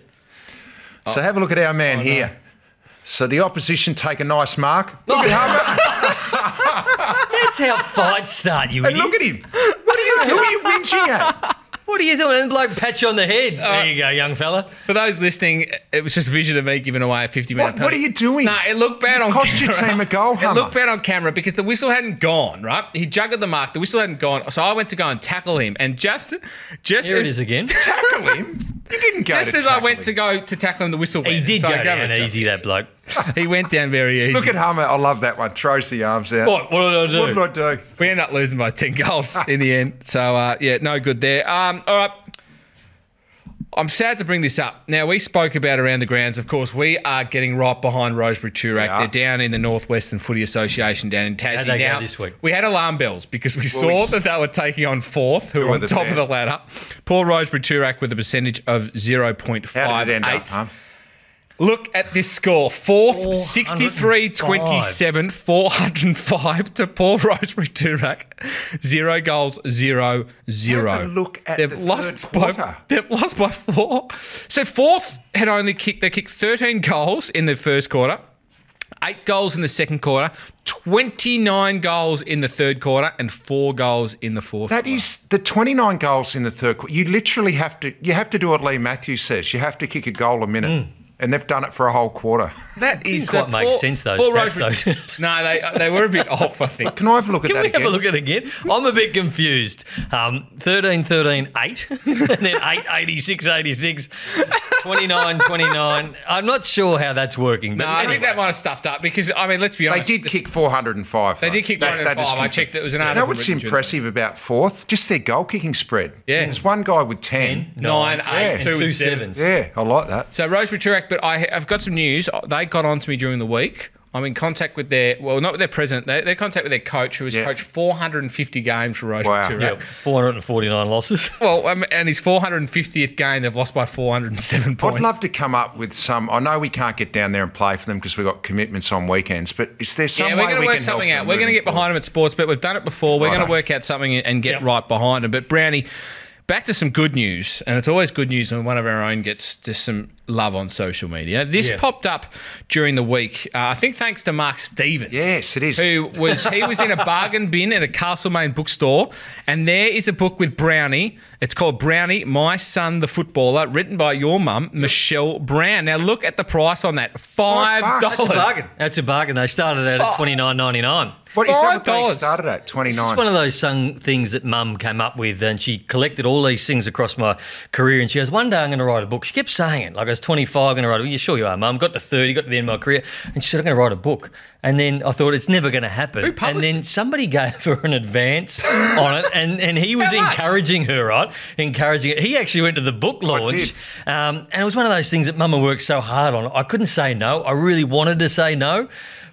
[SPEAKER 3] So have a look at our man here. So the opposition take a nice mark. Look at Hummer.
[SPEAKER 2] That's how fights start, you
[SPEAKER 3] and
[SPEAKER 2] idiot.
[SPEAKER 3] look at him. What are you? Who are you whinging at?
[SPEAKER 2] What are you doing? And bloke pat you on the head. there you go, young fella.
[SPEAKER 1] For those listening, it was just a vision of me giving away a 50 minute
[SPEAKER 3] What- what are you doing?
[SPEAKER 1] No, it looked bad on
[SPEAKER 3] cost your
[SPEAKER 1] camera.
[SPEAKER 3] team a goal,
[SPEAKER 1] It
[SPEAKER 3] Hummer.
[SPEAKER 1] looked bad on camera because the whistle hadn't gone, right? He juggled the mark, the whistle hadn't gone. So I went to go and tackle him, and just, just
[SPEAKER 2] Here
[SPEAKER 1] as,
[SPEAKER 2] it is again.
[SPEAKER 3] Tackle him. You didnent go.
[SPEAKER 1] Just
[SPEAKER 3] to
[SPEAKER 1] as I
[SPEAKER 3] tackle
[SPEAKER 1] went
[SPEAKER 3] him.
[SPEAKER 1] to go to tackle him, the whistle went.
[SPEAKER 2] He did
[SPEAKER 1] So I
[SPEAKER 2] go
[SPEAKER 1] gave
[SPEAKER 2] down
[SPEAKER 1] it to him.
[SPEAKER 2] easy, that bloke.
[SPEAKER 1] He went down very easy.
[SPEAKER 3] Look at Hummer. I love that one. Throws the arms out.
[SPEAKER 2] What? What did I do?
[SPEAKER 3] What did I do?
[SPEAKER 1] We end up losing by 10 goals in the end. So, uh, yeah, no good there. Um, all right. I'm sad to bring this up. Now, we spoke about around the grounds. Of course, we are getting right behind Rosebery Turak.
[SPEAKER 3] are.
[SPEAKER 1] They're down in the Northwestern Footy Association down in Tassie.
[SPEAKER 2] How'd they go
[SPEAKER 1] now,
[SPEAKER 2] this week?
[SPEAKER 1] we had alarm bells because we saw
[SPEAKER 3] we-
[SPEAKER 1] that they were taking on fourth, who were
[SPEAKER 3] were
[SPEAKER 1] on
[SPEAKER 3] the
[SPEAKER 1] top of the
[SPEAKER 3] best.
[SPEAKER 1] ladder. Poor Rosebery Turak with a percentage of 0.58.
[SPEAKER 3] How did it end up? Huh?
[SPEAKER 1] Look at this score. Fourth, 63 27,
[SPEAKER 2] 405.
[SPEAKER 1] 405 to Paul Rosemary Turak. Zero goals, zero,
[SPEAKER 3] Have
[SPEAKER 1] zero.
[SPEAKER 3] a look at
[SPEAKER 1] they've
[SPEAKER 3] the
[SPEAKER 1] lost
[SPEAKER 3] third
[SPEAKER 1] by
[SPEAKER 3] quarter.
[SPEAKER 1] They've lost by four. So, fourth had only kicked, they kicked 13 goals in the first quarter, eight goals in the second quarter, 29 goals in the third quarter, and four goals in the fourth
[SPEAKER 3] That is the 29 goals in the third quarter. You literally have to. You have to do what Lee Matthews says. You have to kick a goal a minute,
[SPEAKER 1] Mm.
[SPEAKER 3] and they've done it for a whole quarter.
[SPEAKER 1] That is
[SPEAKER 2] quite make sense, those stats, those.
[SPEAKER 1] no, they, they were a bit off, I think.
[SPEAKER 3] Can I have a look at
[SPEAKER 2] Can
[SPEAKER 3] that
[SPEAKER 2] we
[SPEAKER 3] again?
[SPEAKER 2] have a look at it again? I'm a bit confused. Um, 13, 13, 8, and then 8, 86, 86, 29, 29. I'm not sure how that's working. But
[SPEAKER 1] No, I think
[SPEAKER 2] anyway.
[SPEAKER 1] that might have stuffed up because I mean, let's be
[SPEAKER 3] They
[SPEAKER 1] honest.
[SPEAKER 3] did
[SPEAKER 1] this-
[SPEAKER 3] kick 405.
[SPEAKER 1] They did kick 405. I checked. It was an
[SPEAKER 3] You
[SPEAKER 1] article.
[SPEAKER 3] know what's
[SPEAKER 1] written during-
[SPEAKER 3] impressive about fourth? Just their goal kicking spread.
[SPEAKER 1] Yeah.
[SPEAKER 3] There's one guy with 10.
[SPEAKER 1] Nine, eight,
[SPEAKER 3] Yeah.
[SPEAKER 1] two,
[SPEAKER 2] and
[SPEAKER 1] and
[SPEAKER 2] two
[SPEAKER 1] seven.
[SPEAKER 2] sevens.
[SPEAKER 3] Yeah, I like that.
[SPEAKER 1] So Rosebery Turek, but I, I've got some news. Uh, They got on to me during the week. I'm in contact with their, well, not with their president. They, they're in contact with their coach, who has
[SPEAKER 3] Yeah.
[SPEAKER 1] coached 450 games for Rosebery
[SPEAKER 3] Wow.
[SPEAKER 1] Turek.
[SPEAKER 2] Yep, 449 losses.
[SPEAKER 1] Well, um, and his 450th game, they've lost by 407 points.
[SPEAKER 3] I'd love to come up with some. I know we can't get down there and play for them because we've got commitments on weekends, but is there some
[SPEAKER 1] yeah, we're
[SPEAKER 3] way
[SPEAKER 1] going
[SPEAKER 3] we
[SPEAKER 1] to work
[SPEAKER 3] can
[SPEAKER 1] something
[SPEAKER 3] help
[SPEAKER 1] out.
[SPEAKER 3] them
[SPEAKER 1] We're going to get
[SPEAKER 3] moving
[SPEAKER 1] behind them at sports, but we've done it before. We're going to
[SPEAKER 3] Righto.
[SPEAKER 1] work out something and get
[SPEAKER 2] Yep.
[SPEAKER 1] right behind them. But Brownie, back to some good news, and it's always good news when one of our own gets just some love on social media. This
[SPEAKER 2] Yeah.
[SPEAKER 1] popped up during the week. Uh, I think thanks to Mark Stevens.
[SPEAKER 3] Yes, it is.
[SPEAKER 1] Who was he was in a bargain bin at a Castlemaine bookstore, and there is a book with Brownie. It's called Brownie, My Son, the Footballer, written by your mum, Michelle Brown. Now look at the price on that five
[SPEAKER 3] Five bucks.
[SPEAKER 1] dollars.
[SPEAKER 3] That's a
[SPEAKER 2] bargain. That's a bargain. They started out at 29.99.
[SPEAKER 3] What is that? What
[SPEAKER 1] $5?
[SPEAKER 3] they started at twenty
[SPEAKER 2] It's
[SPEAKER 3] nine.
[SPEAKER 2] one of those sung things that mum came up with, and she collected all these things across my career. And she goes, One day I'm going to write a book. She kept saying it. Like I was 25, going to write a book. Yeah, sure you are, mum. Got to 30, got to the end of my career. And she said, I'm going to write a book. And then I thought, It's never going to happen.
[SPEAKER 1] published
[SPEAKER 2] and then somebody gave her an advance on it, and, and he was
[SPEAKER 1] How much?
[SPEAKER 2] encouraging her, right? Encouraging it. He actually went to the book launch.
[SPEAKER 3] did.
[SPEAKER 2] Um, and it was one of those things that mama worked so hard on. I couldn't say no. I really wanted to say no.
[SPEAKER 3] you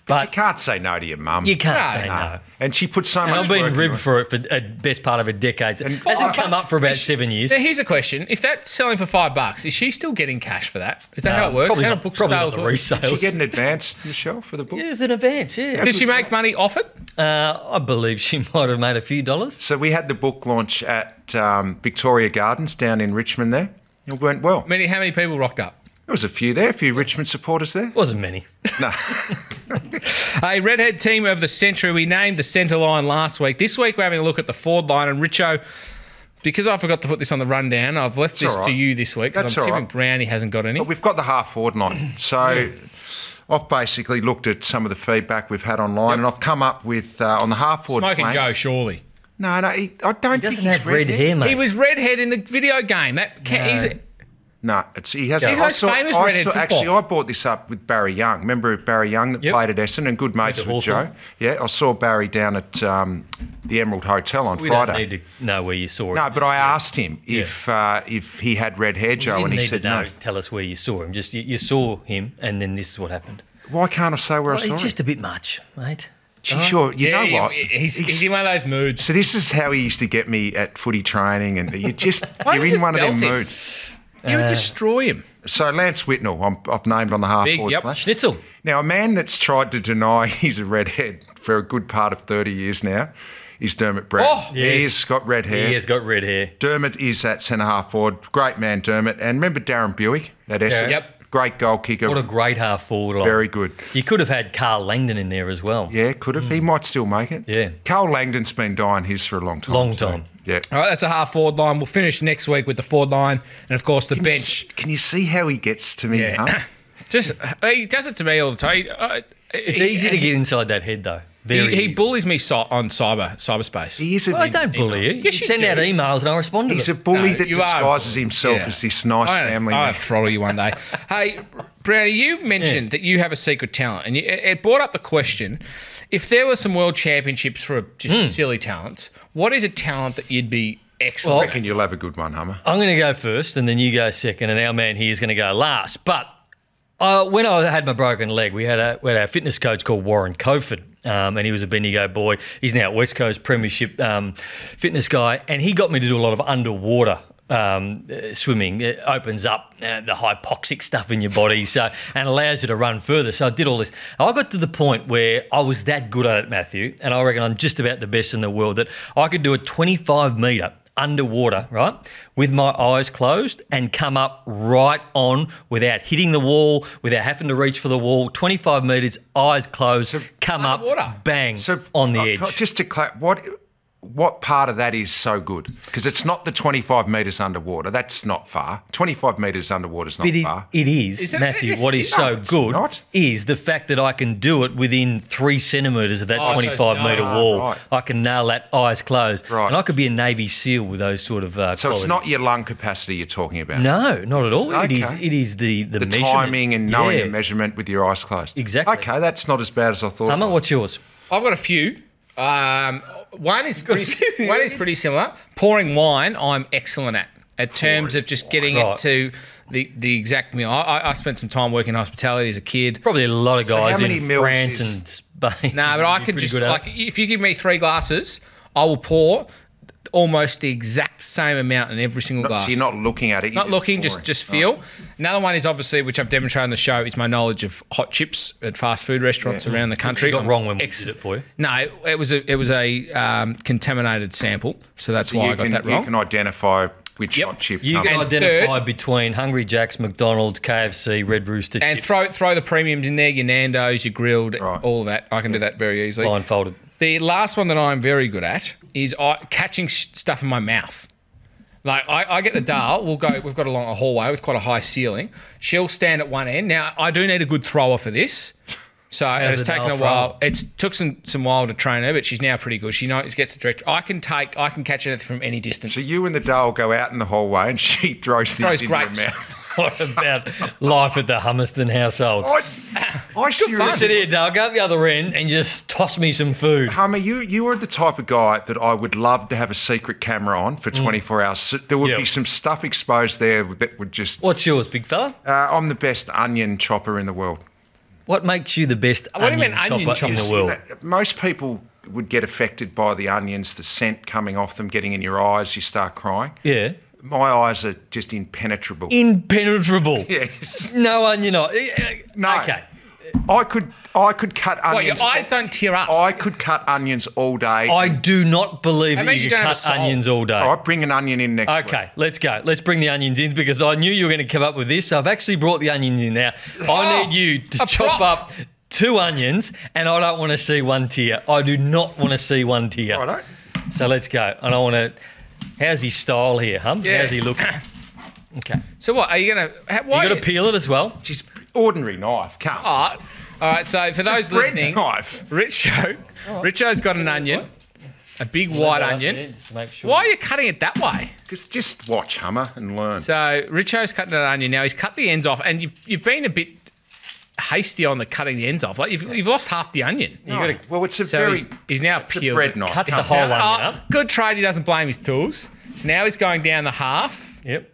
[SPEAKER 2] But
[SPEAKER 3] can't say no to your mum.
[SPEAKER 2] you can't say no.
[SPEAKER 3] And she put so
[SPEAKER 2] And
[SPEAKER 3] much.
[SPEAKER 2] I've been
[SPEAKER 3] work
[SPEAKER 2] ribbed
[SPEAKER 3] into it.
[SPEAKER 2] for it for the best part of a decade. It hasn't
[SPEAKER 3] five
[SPEAKER 2] come up
[SPEAKER 3] bucks.
[SPEAKER 2] for about seven years.
[SPEAKER 1] Now, here's a question: If that's selling for five bucks, is she still getting cash for that? Is that how it works?
[SPEAKER 2] Probably
[SPEAKER 1] how
[SPEAKER 2] not,
[SPEAKER 1] do book
[SPEAKER 2] probably
[SPEAKER 1] sales
[SPEAKER 2] not the
[SPEAKER 1] work?
[SPEAKER 2] resales.
[SPEAKER 3] Did she get an advance, Michelle, for the book?
[SPEAKER 2] It was an advance, yeah.
[SPEAKER 1] Did she make money off it?
[SPEAKER 2] Uh, I believe she might have made a few dollars.
[SPEAKER 3] So we had the book launch at um, Victoria Gardens down in Richmond. There, it went well.
[SPEAKER 1] Many, how many people rocked up?
[SPEAKER 3] There was a few there, a few Richmond supporters there.
[SPEAKER 2] Wasn't many.
[SPEAKER 1] A redhead team of the century. We named the centre line last week. This week we're having a look at the forward line and Richo. Because I forgot to put this on the rundown, I've left this
[SPEAKER 3] all right.
[SPEAKER 1] to you this week. 'cause
[SPEAKER 3] That's
[SPEAKER 1] I'm
[SPEAKER 3] all
[SPEAKER 1] assuming
[SPEAKER 3] right.
[SPEAKER 1] Brownie hasn't got any.
[SPEAKER 3] But we've got the half forward line. So I've basically looked at some of the feedback we've had online, and I've come up with uh, on the half forward.
[SPEAKER 1] Smoking
[SPEAKER 3] flank-
[SPEAKER 1] Joe, surely.
[SPEAKER 3] No, no, he, I don't.
[SPEAKER 2] He doesn't
[SPEAKER 3] think he's
[SPEAKER 2] have red hair, mate.
[SPEAKER 1] He was redhead in the video game. That ca- he's
[SPEAKER 2] No.
[SPEAKER 3] No, it's, he hasn't.
[SPEAKER 1] He's the
[SPEAKER 3] I
[SPEAKER 1] most
[SPEAKER 3] saw-
[SPEAKER 1] famous
[SPEAKER 3] I
[SPEAKER 1] redhead
[SPEAKER 3] saw-
[SPEAKER 1] football.
[SPEAKER 3] Actually, I brought this up with Barry Young. Remember Barry Young that
[SPEAKER 2] Yep.
[SPEAKER 3] played at Essendon and good mates
[SPEAKER 2] Went
[SPEAKER 3] with
[SPEAKER 2] to Hawthorn.
[SPEAKER 3] Joe? Yeah, I saw Barry down at um, the Emerald Hotel on
[SPEAKER 2] We
[SPEAKER 3] Friday.
[SPEAKER 2] don't need to know where you saw it.
[SPEAKER 3] No, but I asked him if uh, if he had red hair,
[SPEAKER 2] You
[SPEAKER 3] Joe,
[SPEAKER 2] didn't
[SPEAKER 3] and he
[SPEAKER 2] need
[SPEAKER 3] said
[SPEAKER 2] to know.
[SPEAKER 3] no.
[SPEAKER 2] Tell us where you saw him. Just you, you saw him, and then this is what happened.
[SPEAKER 3] Why can't I say
[SPEAKER 2] Well,
[SPEAKER 3] where I saw
[SPEAKER 2] it's
[SPEAKER 3] him?
[SPEAKER 2] just a bit much, mate.
[SPEAKER 3] Gee, sure, you
[SPEAKER 1] Uh-huh. yeah,
[SPEAKER 3] know what?
[SPEAKER 1] he- he's,
[SPEAKER 3] He's-
[SPEAKER 1] he's in one of those moods.
[SPEAKER 3] so this is how he used to get me at footy training, and you just
[SPEAKER 1] Why don't
[SPEAKER 3] you're
[SPEAKER 1] you
[SPEAKER 3] in
[SPEAKER 1] just
[SPEAKER 3] one of them
[SPEAKER 1] belt him?
[SPEAKER 3] moods.
[SPEAKER 1] You would destroy him.
[SPEAKER 3] So Lance Whitnell, I'm, I've named on the half
[SPEAKER 1] Big,
[SPEAKER 3] forward
[SPEAKER 1] yep.
[SPEAKER 3] flank.
[SPEAKER 2] Schnitzel.
[SPEAKER 3] Now, a man that's tried to deny he's a redhead for a good part of 30 years now is Dermot Brown.
[SPEAKER 1] Oh,
[SPEAKER 3] He's got red hair.
[SPEAKER 2] He has got red hair.
[SPEAKER 3] Dermot is that centre half forward. Great man, Dermot. And remember Darren Buick at Essendon?
[SPEAKER 1] Yep.
[SPEAKER 3] Great goal kicker.
[SPEAKER 2] What a great half forward line.
[SPEAKER 3] Very good.
[SPEAKER 2] You could have had Carl Langdon in there as well.
[SPEAKER 3] Yeah, could have. He
[SPEAKER 1] Hmm.
[SPEAKER 3] might still make it.
[SPEAKER 2] Yeah.
[SPEAKER 3] Carl Langdon's been dying his for a long time.
[SPEAKER 2] Long
[SPEAKER 3] too.
[SPEAKER 2] time.
[SPEAKER 3] Yeah.
[SPEAKER 1] All right, that's a half forward line. We'll finish next week with the forward line and, of course, the bench.
[SPEAKER 3] Can you see how he gets to me?
[SPEAKER 1] Yeah.
[SPEAKER 3] huh?
[SPEAKER 1] Just he does it to me all the time. I-
[SPEAKER 2] It's
[SPEAKER 1] he-
[SPEAKER 2] easy to get inside that head, though.
[SPEAKER 1] He,
[SPEAKER 2] There he,
[SPEAKER 1] he
[SPEAKER 2] is.
[SPEAKER 1] bullies me so- on cyber cyberspace.
[SPEAKER 3] He is a,
[SPEAKER 2] I don't bully you.
[SPEAKER 1] Yes, you
[SPEAKER 2] you send
[SPEAKER 1] do.
[SPEAKER 2] out emails and I respond to
[SPEAKER 3] he's a
[SPEAKER 2] them.
[SPEAKER 3] bully
[SPEAKER 1] No,
[SPEAKER 3] that
[SPEAKER 1] you are.
[SPEAKER 3] disguises himself
[SPEAKER 1] Yeah.
[SPEAKER 3] as this nice
[SPEAKER 1] I
[SPEAKER 3] family
[SPEAKER 1] I
[SPEAKER 3] man.
[SPEAKER 1] throttle you one day. hey, Brownie, you mentioned that you have a secret talent, and you, it it brought up the question: if there were some world championships for just
[SPEAKER 3] Hmm.
[SPEAKER 1] silly talents, what is a talent that you'd be excellent?
[SPEAKER 3] I reckon you'll have a good one, Hummer.
[SPEAKER 2] I'm going to go first, and then you go second, and our man here is going to go last. But uh, when I had my broken leg, we had a we had a fitness coach called Warren Coford, um, and he was a Bendigo boy. He's now West Coast Premiership um, fitness guy, and he got me to do a lot of underwater. Um, uh, swimming it opens up uh, the hypoxic stuff in your body, so and allows you to run further. So I did all this. I got to the point where I was that good at it, Matthew, and I reckon I'm just about the best in the world. That I could do a 25 meter underwater, right, with my eyes closed and come up right on without hitting the wall, without having to reach for the wall. 25 metres, eyes closed, come up,
[SPEAKER 1] underwater.
[SPEAKER 2] bang, on the
[SPEAKER 3] uh,
[SPEAKER 2] edge.
[SPEAKER 3] Just to clar- what what part of that is so good? Because it's not the 25 metres underwater. That's not far. 25 metres underwater is not
[SPEAKER 2] But it-
[SPEAKER 3] far.
[SPEAKER 2] it is,
[SPEAKER 1] Is it-
[SPEAKER 2] Matthew.
[SPEAKER 1] it's-
[SPEAKER 2] what is
[SPEAKER 1] no,
[SPEAKER 2] so
[SPEAKER 3] it's
[SPEAKER 2] good
[SPEAKER 3] not.
[SPEAKER 2] is the fact that I can do it within three centimetres of that
[SPEAKER 1] Oh, so it's
[SPEAKER 2] 25
[SPEAKER 1] no-
[SPEAKER 2] metre
[SPEAKER 1] Ah,
[SPEAKER 2] wall.
[SPEAKER 3] right.
[SPEAKER 2] I can nail that eyes closed.
[SPEAKER 3] Right.
[SPEAKER 2] And I could be a Navy SEAL with those sort of uh,
[SPEAKER 3] So it's not
[SPEAKER 2] qualities.
[SPEAKER 3] your lung capacity you're talking about.
[SPEAKER 2] No, not at all. It is.
[SPEAKER 3] Okay.
[SPEAKER 2] It is the the,
[SPEAKER 3] The
[SPEAKER 2] measurement.
[SPEAKER 3] timing and knowing
[SPEAKER 2] yeah.
[SPEAKER 3] your measurement with your eyes closed.
[SPEAKER 2] Exactly.
[SPEAKER 3] Okay, that's not as bad as I thought.
[SPEAKER 2] Hummer, what's yours?
[SPEAKER 1] I've got a few. Um, one is pretty, one is pretty similar. Pouring wine, I'm excellent at. At terms of just getting
[SPEAKER 2] Right.
[SPEAKER 1] it to the the exact meal. I, I- I spent some time working in hospitality as a kid.
[SPEAKER 2] Probably a lot of
[SPEAKER 3] how
[SPEAKER 2] guys
[SPEAKER 3] many
[SPEAKER 2] in
[SPEAKER 3] meals
[SPEAKER 2] France
[SPEAKER 3] is-
[SPEAKER 2] and Spain.
[SPEAKER 1] No, but
[SPEAKER 2] would
[SPEAKER 1] I
[SPEAKER 2] be
[SPEAKER 1] could
[SPEAKER 2] pretty
[SPEAKER 1] just
[SPEAKER 2] good at
[SPEAKER 1] like
[SPEAKER 2] it.
[SPEAKER 1] if you give me three glasses, I will pour almost the exact same amount in every single glass.
[SPEAKER 3] So you're not looking at it. you're
[SPEAKER 1] Not looking, just
[SPEAKER 3] boring.
[SPEAKER 1] just feel. Another one is obviously, which I've demonstrated on the show, is my knowledge of hot chips at fast food restaurants around the country.
[SPEAKER 2] got
[SPEAKER 1] I'm
[SPEAKER 2] wrong when we
[SPEAKER 1] ex-
[SPEAKER 2] did it for you.
[SPEAKER 1] No, it, it was a it was a um, contaminated sample, so that's
[SPEAKER 3] So
[SPEAKER 1] why
[SPEAKER 3] you
[SPEAKER 1] I got
[SPEAKER 3] can,
[SPEAKER 1] that
[SPEAKER 3] You
[SPEAKER 1] wrong.
[SPEAKER 3] can identify which
[SPEAKER 1] Yep.
[SPEAKER 3] hot chip.
[SPEAKER 2] You can
[SPEAKER 1] And
[SPEAKER 3] comes.
[SPEAKER 2] identify
[SPEAKER 1] third-
[SPEAKER 2] between Hungry Jack's, McDonald's, KFC, Red Rooster,
[SPEAKER 1] and
[SPEAKER 2] chips,
[SPEAKER 1] throw throw the premiums in there, your Nando's, your grilled,
[SPEAKER 3] Right.
[SPEAKER 1] all of that. I can do that very easily.
[SPEAKER 2] blindfolded.
[SPEAKER 1] The last one that I'm very good at is I, catching sh- stuff in my mouth. Like I, I get the dal, we'll go. We've got along a hallway with quite a high ceiling. She'll stand at one end. Now I do need a good thrower for this, so and it's
[SPEAKER 2] the
[SPEAKER 1] taken
[SPEAKER 2] Dale
[SPEAKER 1] a while. It's took some some while to train her, but she's now pretty good. She knows gets the direction. I can take, I can catch anything from any distance.
[SPEAKER 3] so you and the doll go out in the hallway, and she throws things
[SPEAKER 1] Throws
[SPEAKER 3] in
[SPEAKER 1] grapes.
[SPEAKER 3] your mouth.
[SPEAKER 2] What about life at the Hummerston household?
[SPEAKER 1] Oh,
[SPEAKER 3] I, I
[SPEAKER 2] Sit
[SPEAKER 3] seriously
[SPEAKER 2] here, Doug, go up the other end and just toss me some food.
[SPEAKER 3] Hummer, you you are the type of guy that I would love to have a secret camera on for
[SPEAKER 1] Mm.
[SPEAKER 3] 24 hours. So there would
[SPEAKER 2] Yeah.
[SPEAKER 3] be some stuff exposed there that would just. Uh,
[SPEAKER 2] What's yours, big fella?
[SPEAKER 3] I'm the best onion chopper in the world.
[SPEAKER 2] What makes you the best
[SPEAKER 1] What do you
[SPEAKER 2] onion
[SPEAKER 1] mean onion
[SPEAKER 2] chopper in
[SPEAKER 1] chopper?
[SPEAKER 2] the world?
[SPEAKER 3] Most people would get affected by the onions, the scent coming off them, getting in your eyes, you start crying.
[SPEAKER 2] Yeah.
[SPEAKER 3] My eyes are just impenetrable.
[SPEAKER 2] Impenetrable.
[SPEAKER 3] yes.
[SPEAKER 2] No onion. No.
[SPEAKER 3] No.
[SPEAKER 2] Okay.
[SPEAKER 3] I could I could cut
[SPEAKER 1] Well,
[SPEAKER 3] onions.
[SPEAKER 1] your eyes don't tear up.
[SPEAKER 3] I could cut onions all day.
[SPEAKER 2] I do not believe
[SPEAKER 1] That
[SPEAKER 2] that
[SPEAKER 1] means
[SPEAKER 2] you
[SPEAKER 1] you
[SPEAKER 2] can
[SPEAKER 1] don't have
[SPEAKER 2] cut
[SPEAKER 1] a soul.
[SPEAKER 2] onions all day.
[SPEAKER 3] all right, bring an onion in next week.
[SPEAKER 2] Okay, let's go. Let's bring the onions in because I knew you were going to come up with this. So I've actually brought the onion in now. I
[SPEAKER 1] Oh,
[SPEAKER 2] need you to
[SPEAKER 1] a
[SPEAKER 2] chop
[SPEAKER 1] prop.
[SPEAKER 2] up two onions, and I don't want to see one tear. I do not want to see one tear.
[SPEAKER 3] Righto.
[SPEAKER 2] So let's go. And I want to. How's his style here, Hum?
[SPEAKER 1] Yeah.
[SPEAKER 2] How's he look? Okay.
[SPEAKER 1] So what are you gonna? ha- Why
[SPEAKER 2] You got to peel it as well.
[SPEAKER 3] Just ordinary knife. Come.
[SPEAKER 1] All right. All right. So for Oh, those
[SPEAKER 3] Bread
[SPEAKER 1] listening,
[SPEAKER 3] knife.
[SPEAKER 1] Richo, Richo's got an onion, a big white onion.
[SPEAKER 2] Just to make sure.
[SPEAKER 1] Why are you cutting it that way?
[SPEAKER 3] Just, just watch Hummer and learn.
[SPEAKER 1] So Richo's cutting an onion now. He's cut the ends off, and you've you've been a bit hasty on the cutting the ends off. Like you've, you've lost half the onion.
[SPEAKER 2] Mm.
[SPEAKER 3] No, well, it's a
[SPEAKER 1] So
[SPEAKER 3] very
[SPEAKER 1] he's, he's now
[SPEAKER 3] it's a
[SPEAKER 1] pure
[SPEAKER 3] bread knife.
[SPEAKER 2] Cut the
[SPEAKER 3] Come.
[SPEAKER 2] whole onion
[SPEAKER 1] Oh,
[SPEAKER 2] up.
[SPEAKER 1] good trade. He doesn't blame his tools. So now he's going down the half. Oh,
[SPEAKER 2] Yep.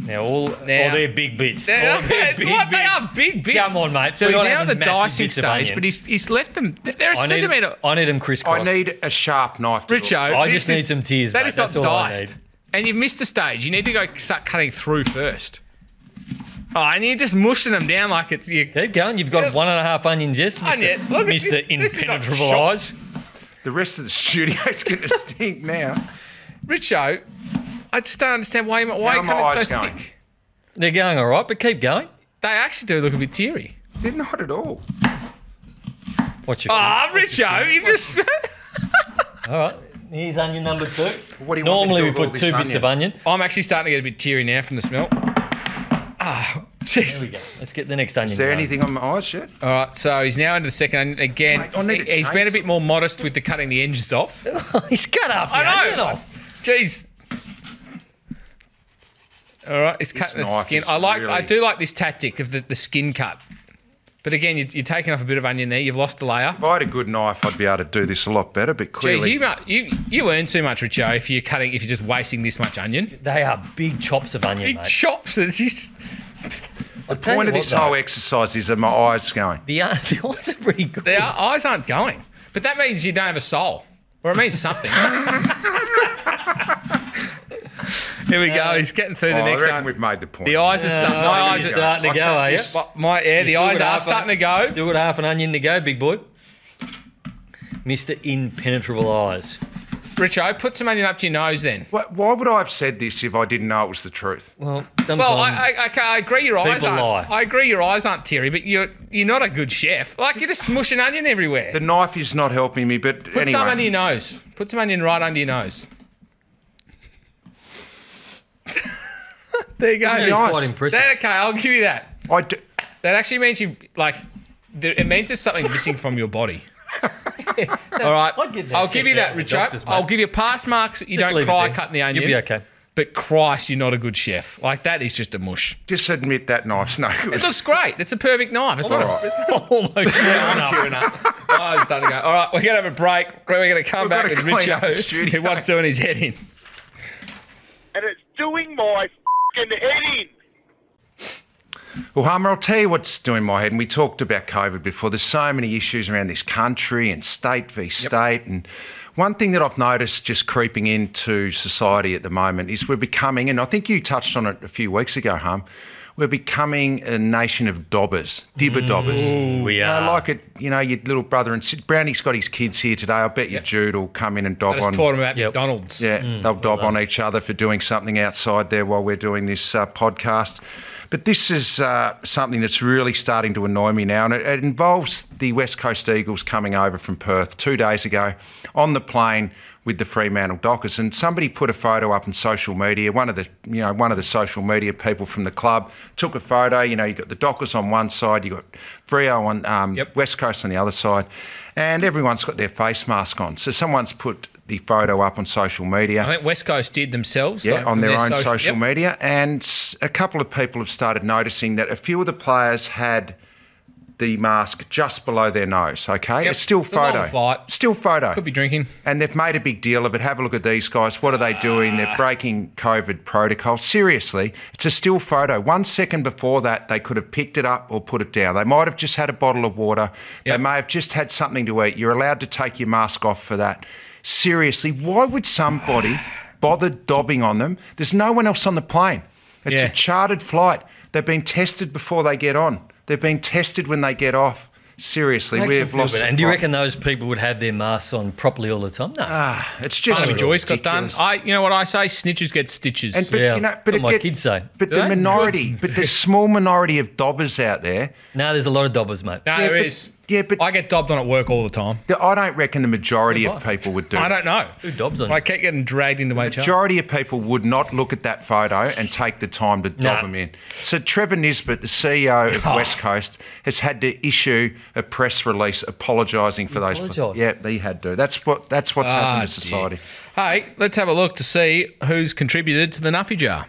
[SPEAKER 2] Now all, all their big bits.
[SPEAKER 1] They're-
[SPEAKER 2] all their big
[SPEAKER 1] what?
[SPEAKER 2] bits.
[SPEAKER 1] They are big bits.
[SPEAKER 2] Come on, mate.
[SPEAKER 1] So
[SPEAKER 2] We
[SPEAKER 1] he's
[SPEAKER 2] gotta
[SPEAKER 1] now
[SPEAKER 2] have
[SPEAKER 1] at the
[SPEAKER 2] massive
[SPEAKER 1] dicing
[SPEAKER 2] bits of
[SPEAKER 1] stage,
[SPEAKER 2] onion.
[SPEAKER 1] but he's, he's left them. They're a
[SPEAKER 2] I need,
[SPEAKER 1] centimetre.
[SPEAKER 2] I need them crisscross.
[SPEAKER 3] I need a sharp knife. to
[SPEAKER 1] Richo,
[SPEAKER 2] I
[SPEAKER 1] this
[SPEAKER 2] just need
[SPEAKER 1] is-
[SPEAKER 2] some tears,
[SPEAKER 1] That
[SPEAKER 2] mate.
[SPEAKER 1] is not
[SPEAKER 2] That's all I
[SPEAKER 1] diced.
[SPEAKER 2] need.
[SPEAKER 1] And you've missed a stage. You need to go start cutting through first. Oh, and you're just mushing them down like it's you.
[SPEAKER 2] Keep going. You've got one and a half onions, yes? Mr.
[SPEAKER 1] Onion. Look at
[SPEAKER 2] Mr.
[SPEAKER 1] this. This is not
[SPEAKER 2] Impenetrable
[SPEAKER 1] shop.
[SPEAKER 2] Eyes.
[SPEAKER 3] The rest of the studio's going to stink now.
[SPEAKER 1] Richo, I just don't understand why you why you
[SPEAKER 3] How are my
[SPEAKER 1] cut it
[SPEAKER 3] eyes
[SPEAKER 1] so
[SPEAKER 3] going?
[SPEAKER 1] thick.
[SPEAKER 2] They're going all right, but keep going.
[SPEAKER 1] They actually do look a bit teary.
[SPEAKER 3] They're not at all.
[SPEAKER 2] Watch your
[SPEAKER 1] Ah, Richo, you've just.
[SPEAKER 2] All right. Here's onion number two.
[SPEAKER 3] What do you want me
[SPEAKER 2] Normally
[SPEAKER 3] to
[SPEAKER 2] we
[SPEAKER 3] do with
[SPEAKER 2] put
[SPEAKER 3] all
[SPEAKER 2] two
[SPEAKER 3] this
[SPEAKER 2] bits of onion.
[SPEAKER 1] I'm actually starting to get a bit teary now from the smell. Ah,
[SPEAKER 2] Here we
[SPEAKER 1] jeez.
[SPEAKER 2] go. Let's get the next onion.
[SPEAKER 3] Is there
[SPEAKER 2] going.
[SPEAKER 3] anything on my eyes yet?
[SPEAKER 1] All right, so he's now into the second onion again.
[SPEAKER 3] Mate, I need a
[SPEAKER 1] he's been a
[SPEAKER 3] chainsaw.
[SPEAKER 1] bit more modest with the cutting the edges off.
[SPEAKER 2] He's cut off. the
[SPEAKER 1] I know.
[SPEAKER 2] onion off.
[SPEAKER 1] Jeez. All right, it's cutting the
[SPEAKER 3] knife
[SPEAKER 1] skin.
[SPEAKER 3] is
[SPEAKER 1] I like. I
[SPEAKER 3] really-
[SPEAKER 1] do like this tactic of the, the skin cut. But again, you're, you're taking off a bit of onion there. You've lost a layer.
[SPEAKER 3] If I had a good knife, I'd be able to do this a lot better. But
[SPEAKER 1] Jeez,
[SPEAKER 3] clearly,
[SPEAKER 1] you, mu- you you earn too much, Richo, if you're cutting if you're just wasting this much onion.
[SPEAKER 2] They are big chops of onion,
[SPEAKER 1] He
[SPEAKER 2] mate.
[SPEAKER 1] chops it. He's just-
[SPEAKER 2] The
[SPEAKER 3] the point of this whole exercise is that my eyes going.
[SPEAKER 2] The, uh, the eyes are pretty good.
[SPEAKER 1] their eyes aren't going. But that means you don't have a soul, or it means something. Here we go. He's getting through the
[SPEAKER 3] Oh, I
[SPEAKER 1] next
[SPEAKER 3] reckon
[SPEAKER 1] one.
[SPEAKER 3] we've made the point.
[SPEAKER 1] The eyes are starting. My
[SPEAKER 2] Oh,
[SPEAKER 1] eyes
[SPEAKER 2] you're
[SPEAKER 1] are
[SPEAKER 3] start-
[SPEAKER 2] starting to
[SPEAKER 3] I
[SPEAKER 2] go,
[SPEAKER 3] can't-
[SPEAKER 2] are you?
[SPEAKER 3] this-
[SPEAKER 1] But My yeah, the
[SPEAKER 2] Still
[SPEAKER 1] eyes
[SPEAKER 2] got
[SPEAKER 1] are
[SPEAKER 2] half an-
[SPEAKER 1] starting to go.
[SPEAKER 2] Still got half an onion to go, big boy. Mr. Impenetrable Eyes.
[SPEAKER 1] Richo, put some onion up to your nose then.
[SPEAKER 3] Why, why would I have said this if I didn't know it was the truth?
[SPEAKER 2] Well,
[SPEAKER 1] Well,
[SPEAKER 2] sometimes
[SPEAKER 1] I, I, okay, I agree your eyes
[SPEAKER 2] People
[SPEAKER 1] aren't.
[SPEAKER 2] lie.
[SPEAKER 1] I agree your eyes aren't teary, but you're you're not a good chef. Like you're just smushing onion everywhere.
[SPEAKER 3] The knife is not helping me, but
[SPEAKER 1] Put
[SPEAKER 3] anyway.
[SPEAKER 1] some under your nose. Put some onion right under your nose. there you go.
[SPEAKER 2] it's
[SPEAKER 3] Nice.
[SPEAKER 2] quite impressive.
[SPEAKER 1] That, okay, I'll give you that.
[SPEAKER 3] I do,
[SPEAKER 1] That actually means you like. There, it means there's something missing from your body. All right,
[SPEAKER 2] I'd get that
[SPEAKER 1] I'll give
[SPEAKER 2] checked
[SPEAKER 1] you
[SPEAKER 2] out
[SPEAKER 1] that,
[SPEAKER 2] with the doctors,
[SPEAKER 1] Richo.
[SPEAKER 2] mate.
[SPEAKER 1] I'll give you pass marks. You
[SPEAKER 2] Just
[SPEAKER 1] don't
[SPEAKER 2] leave it
[SPEAKER 1] cry
[SPEAKER 2] there.
[SPEAKER 1] cutting the onion.
[SPEAKER 2] You'll be okay.
[SPEAKER 1] But Christ, you're not a good chef. Like that is just a mush.
[SPEAKER 3] just admit that knife's no good.
[SPEAKER 1] It looks great. It's a perfect knife. It's not.
[SPEAKER 3] right.
[SPEAKER 1] It's
[SPEAKER 2] almost grown up.
[SPEAKER 1] tearing up. Oh, I'm starting to go. All right, we're gonna have a break. We're gonna come
[SPEAKER 3] We've
[SPEAKER 1] back
[SPEAKER 3] gotta
[SPEAKER 1] with
[SPEAKER 3] clean up the
[SPEAKER 1] Richo,
[SPEAKER 3] studio.
[SPEAKER 1] who wants doing his head in.
[SPEAKER 4] and it's doing my f***ing head in.
[SPEAKER 3] Well, Harmer, I'll tell you what's doing my head. And we talked about COVID before. There's so many issues around this country and state v state. And one thing that I've noticed just creeping into society at the moment is we're becoming, and I think you touched on it a few weeks ago, Harm, we're becoming a nation of dobbers, dibber dobbers.
[SPEAKER 2] We
[SPEAKER 3] You know,
[SPEAKER 2] are.
[SPEAKER 3] like it, you know, your little brother and si- Brownie's got his kids here today. I bet you Jude will come in and dob
[SPEAKER 1] I just
[SPEAKER 3] on.
[SPEAKER 1] taught him about
[SPEAKER 2] Yep.
[SPEAKER 1] McDonald's.
[SPEAKER 3] Yeah, they'll dob on each other for doing something outside there while we're doing this uh, podcast. But this is uh, something that's really starting to annoy me now, and it, it involves the West Coast Eagles coming over from Perth two days ago on the plane with the Fremantle Dockers, and somebody put a photo up on social media. One of the you know one of the social media people from the club took a photo. You know, you got the Dockers on one side, you got Frio on um,
[SPEAKER 1] Yep.
[SPEAKER 3] West Coast on the other side, and everyone's got their face mask on. So someone's put the photo up on social media.
[SPEAKER 1] I think West Coast did themselves.
[SPEAKER 3] Yeah,
[SPEAKER 1] like,
[SPEAKER 3] on
[SPEAKER 1] Oh, from
[SPEAKER 3] their, own social,
[SPEAKER 1] yep.
[SPEAKER 3] media. And s- a couple of people have started noticing that a few of the players had the mask just below their nose. Okay,
[SPEAKER 1] Yep.
[SPEAKER 3] it's still
[SPEAKER 1] It's a long
[SPEAKER 3] photo,
[SPEAKER 1] flight.
[SPEAKER 3] still photo.
[SPEAKER 1] Could be drinking.
[SPEAKER 3] And they've made a big deal of it. Have a look at these guys. What are they doing? They're breaking COVID protocol. Seriously, it's a still photo. One second before that, they could have picked it up or put it down. They might have just had a bottle of water.
[SPEAKER 1] Yep.
[SPEAKER 3] They may have just had something to eat. You're allowed to take your mask off for that. Seriously, why would somebody bother dobbing on them? There's no one else on the plane. It's
[SPEAKER 1] Yeah.
[SPEAKER 3] a chartered flight. They've been tested before they get on. They've been tested when they get off. Seriously, we have lost.
[SPEAKER 2] And do you
[SPEAKER 3] the plot.
[SPEAKER 2] reckon those people would have their masks on properly all the time? No.
[SPEAKER 3] Ah, it's just
[SPEAKER 1] Harvey Joyce got done.
[SPEAKER 3] ridiculous.
[SPEAKER 1] I, you know what I say? Snitches get stitches.
[SPEAKER 3] And but
[SPEAKER 2] Yeah,
[SPEAKER 3] you know, but
[SPEAKER 2] what
[SPEAKER 3] it
[SPEAKER 2] my
[SPEAKER 3] get-
[SPEAKER 2] kids eh? say.
[SPEAKER 3] But
[SPEAKER 1] Do
[SPEAKER 3] the
[SPEAKER 1] they?
[SPEAKER 3] minority, but the small minority of dobbers out there,
[SPEAKER 2] no, there's a lot of dobbers, mate.
[SPEAKER 1] no,
[SPEAKER 3] yeah,
[SPEAKER 1] there
[SPEAKER 3] but-
[SPEAKER 1] is.
[SPEAKER 3] yeah, but-
[SPEAKER 1] I get dobbed on at work all the time.
[SPEAKER 3] the- I don't reckon the majority of people would do.
[SPEAKER 1] I
[SPEAKER 3] it.
[SPEAKER 1] don't know.
[SPEAKER 2] Who dobs on
[SPEAKER 1] I
[SPEAKER 2] you?
[SPEAKER 1] keep getting dragged into HR.
[SPEAKER 3] Majority of people would not look at that photo and take the time to dob
[SPEAKER 2] Nah. Oh.
[SPEAKER 3] them in. So Trevor Nisbet, the CEO of West Coast, has had to issue a press release apologising for those.
[SPEAKER 2] apologised?
[SPEAKER 3] Yeah, he had to. That's what. That's what's
[SPEAKER 1] Ah,
[SPEAKER 3] happened to
[SPEAKER 1] dear.
[SPEAKER 3] society.
[SPEAKER 1] Hey, let's have a look to see who's contributed to the Nuffy Jar.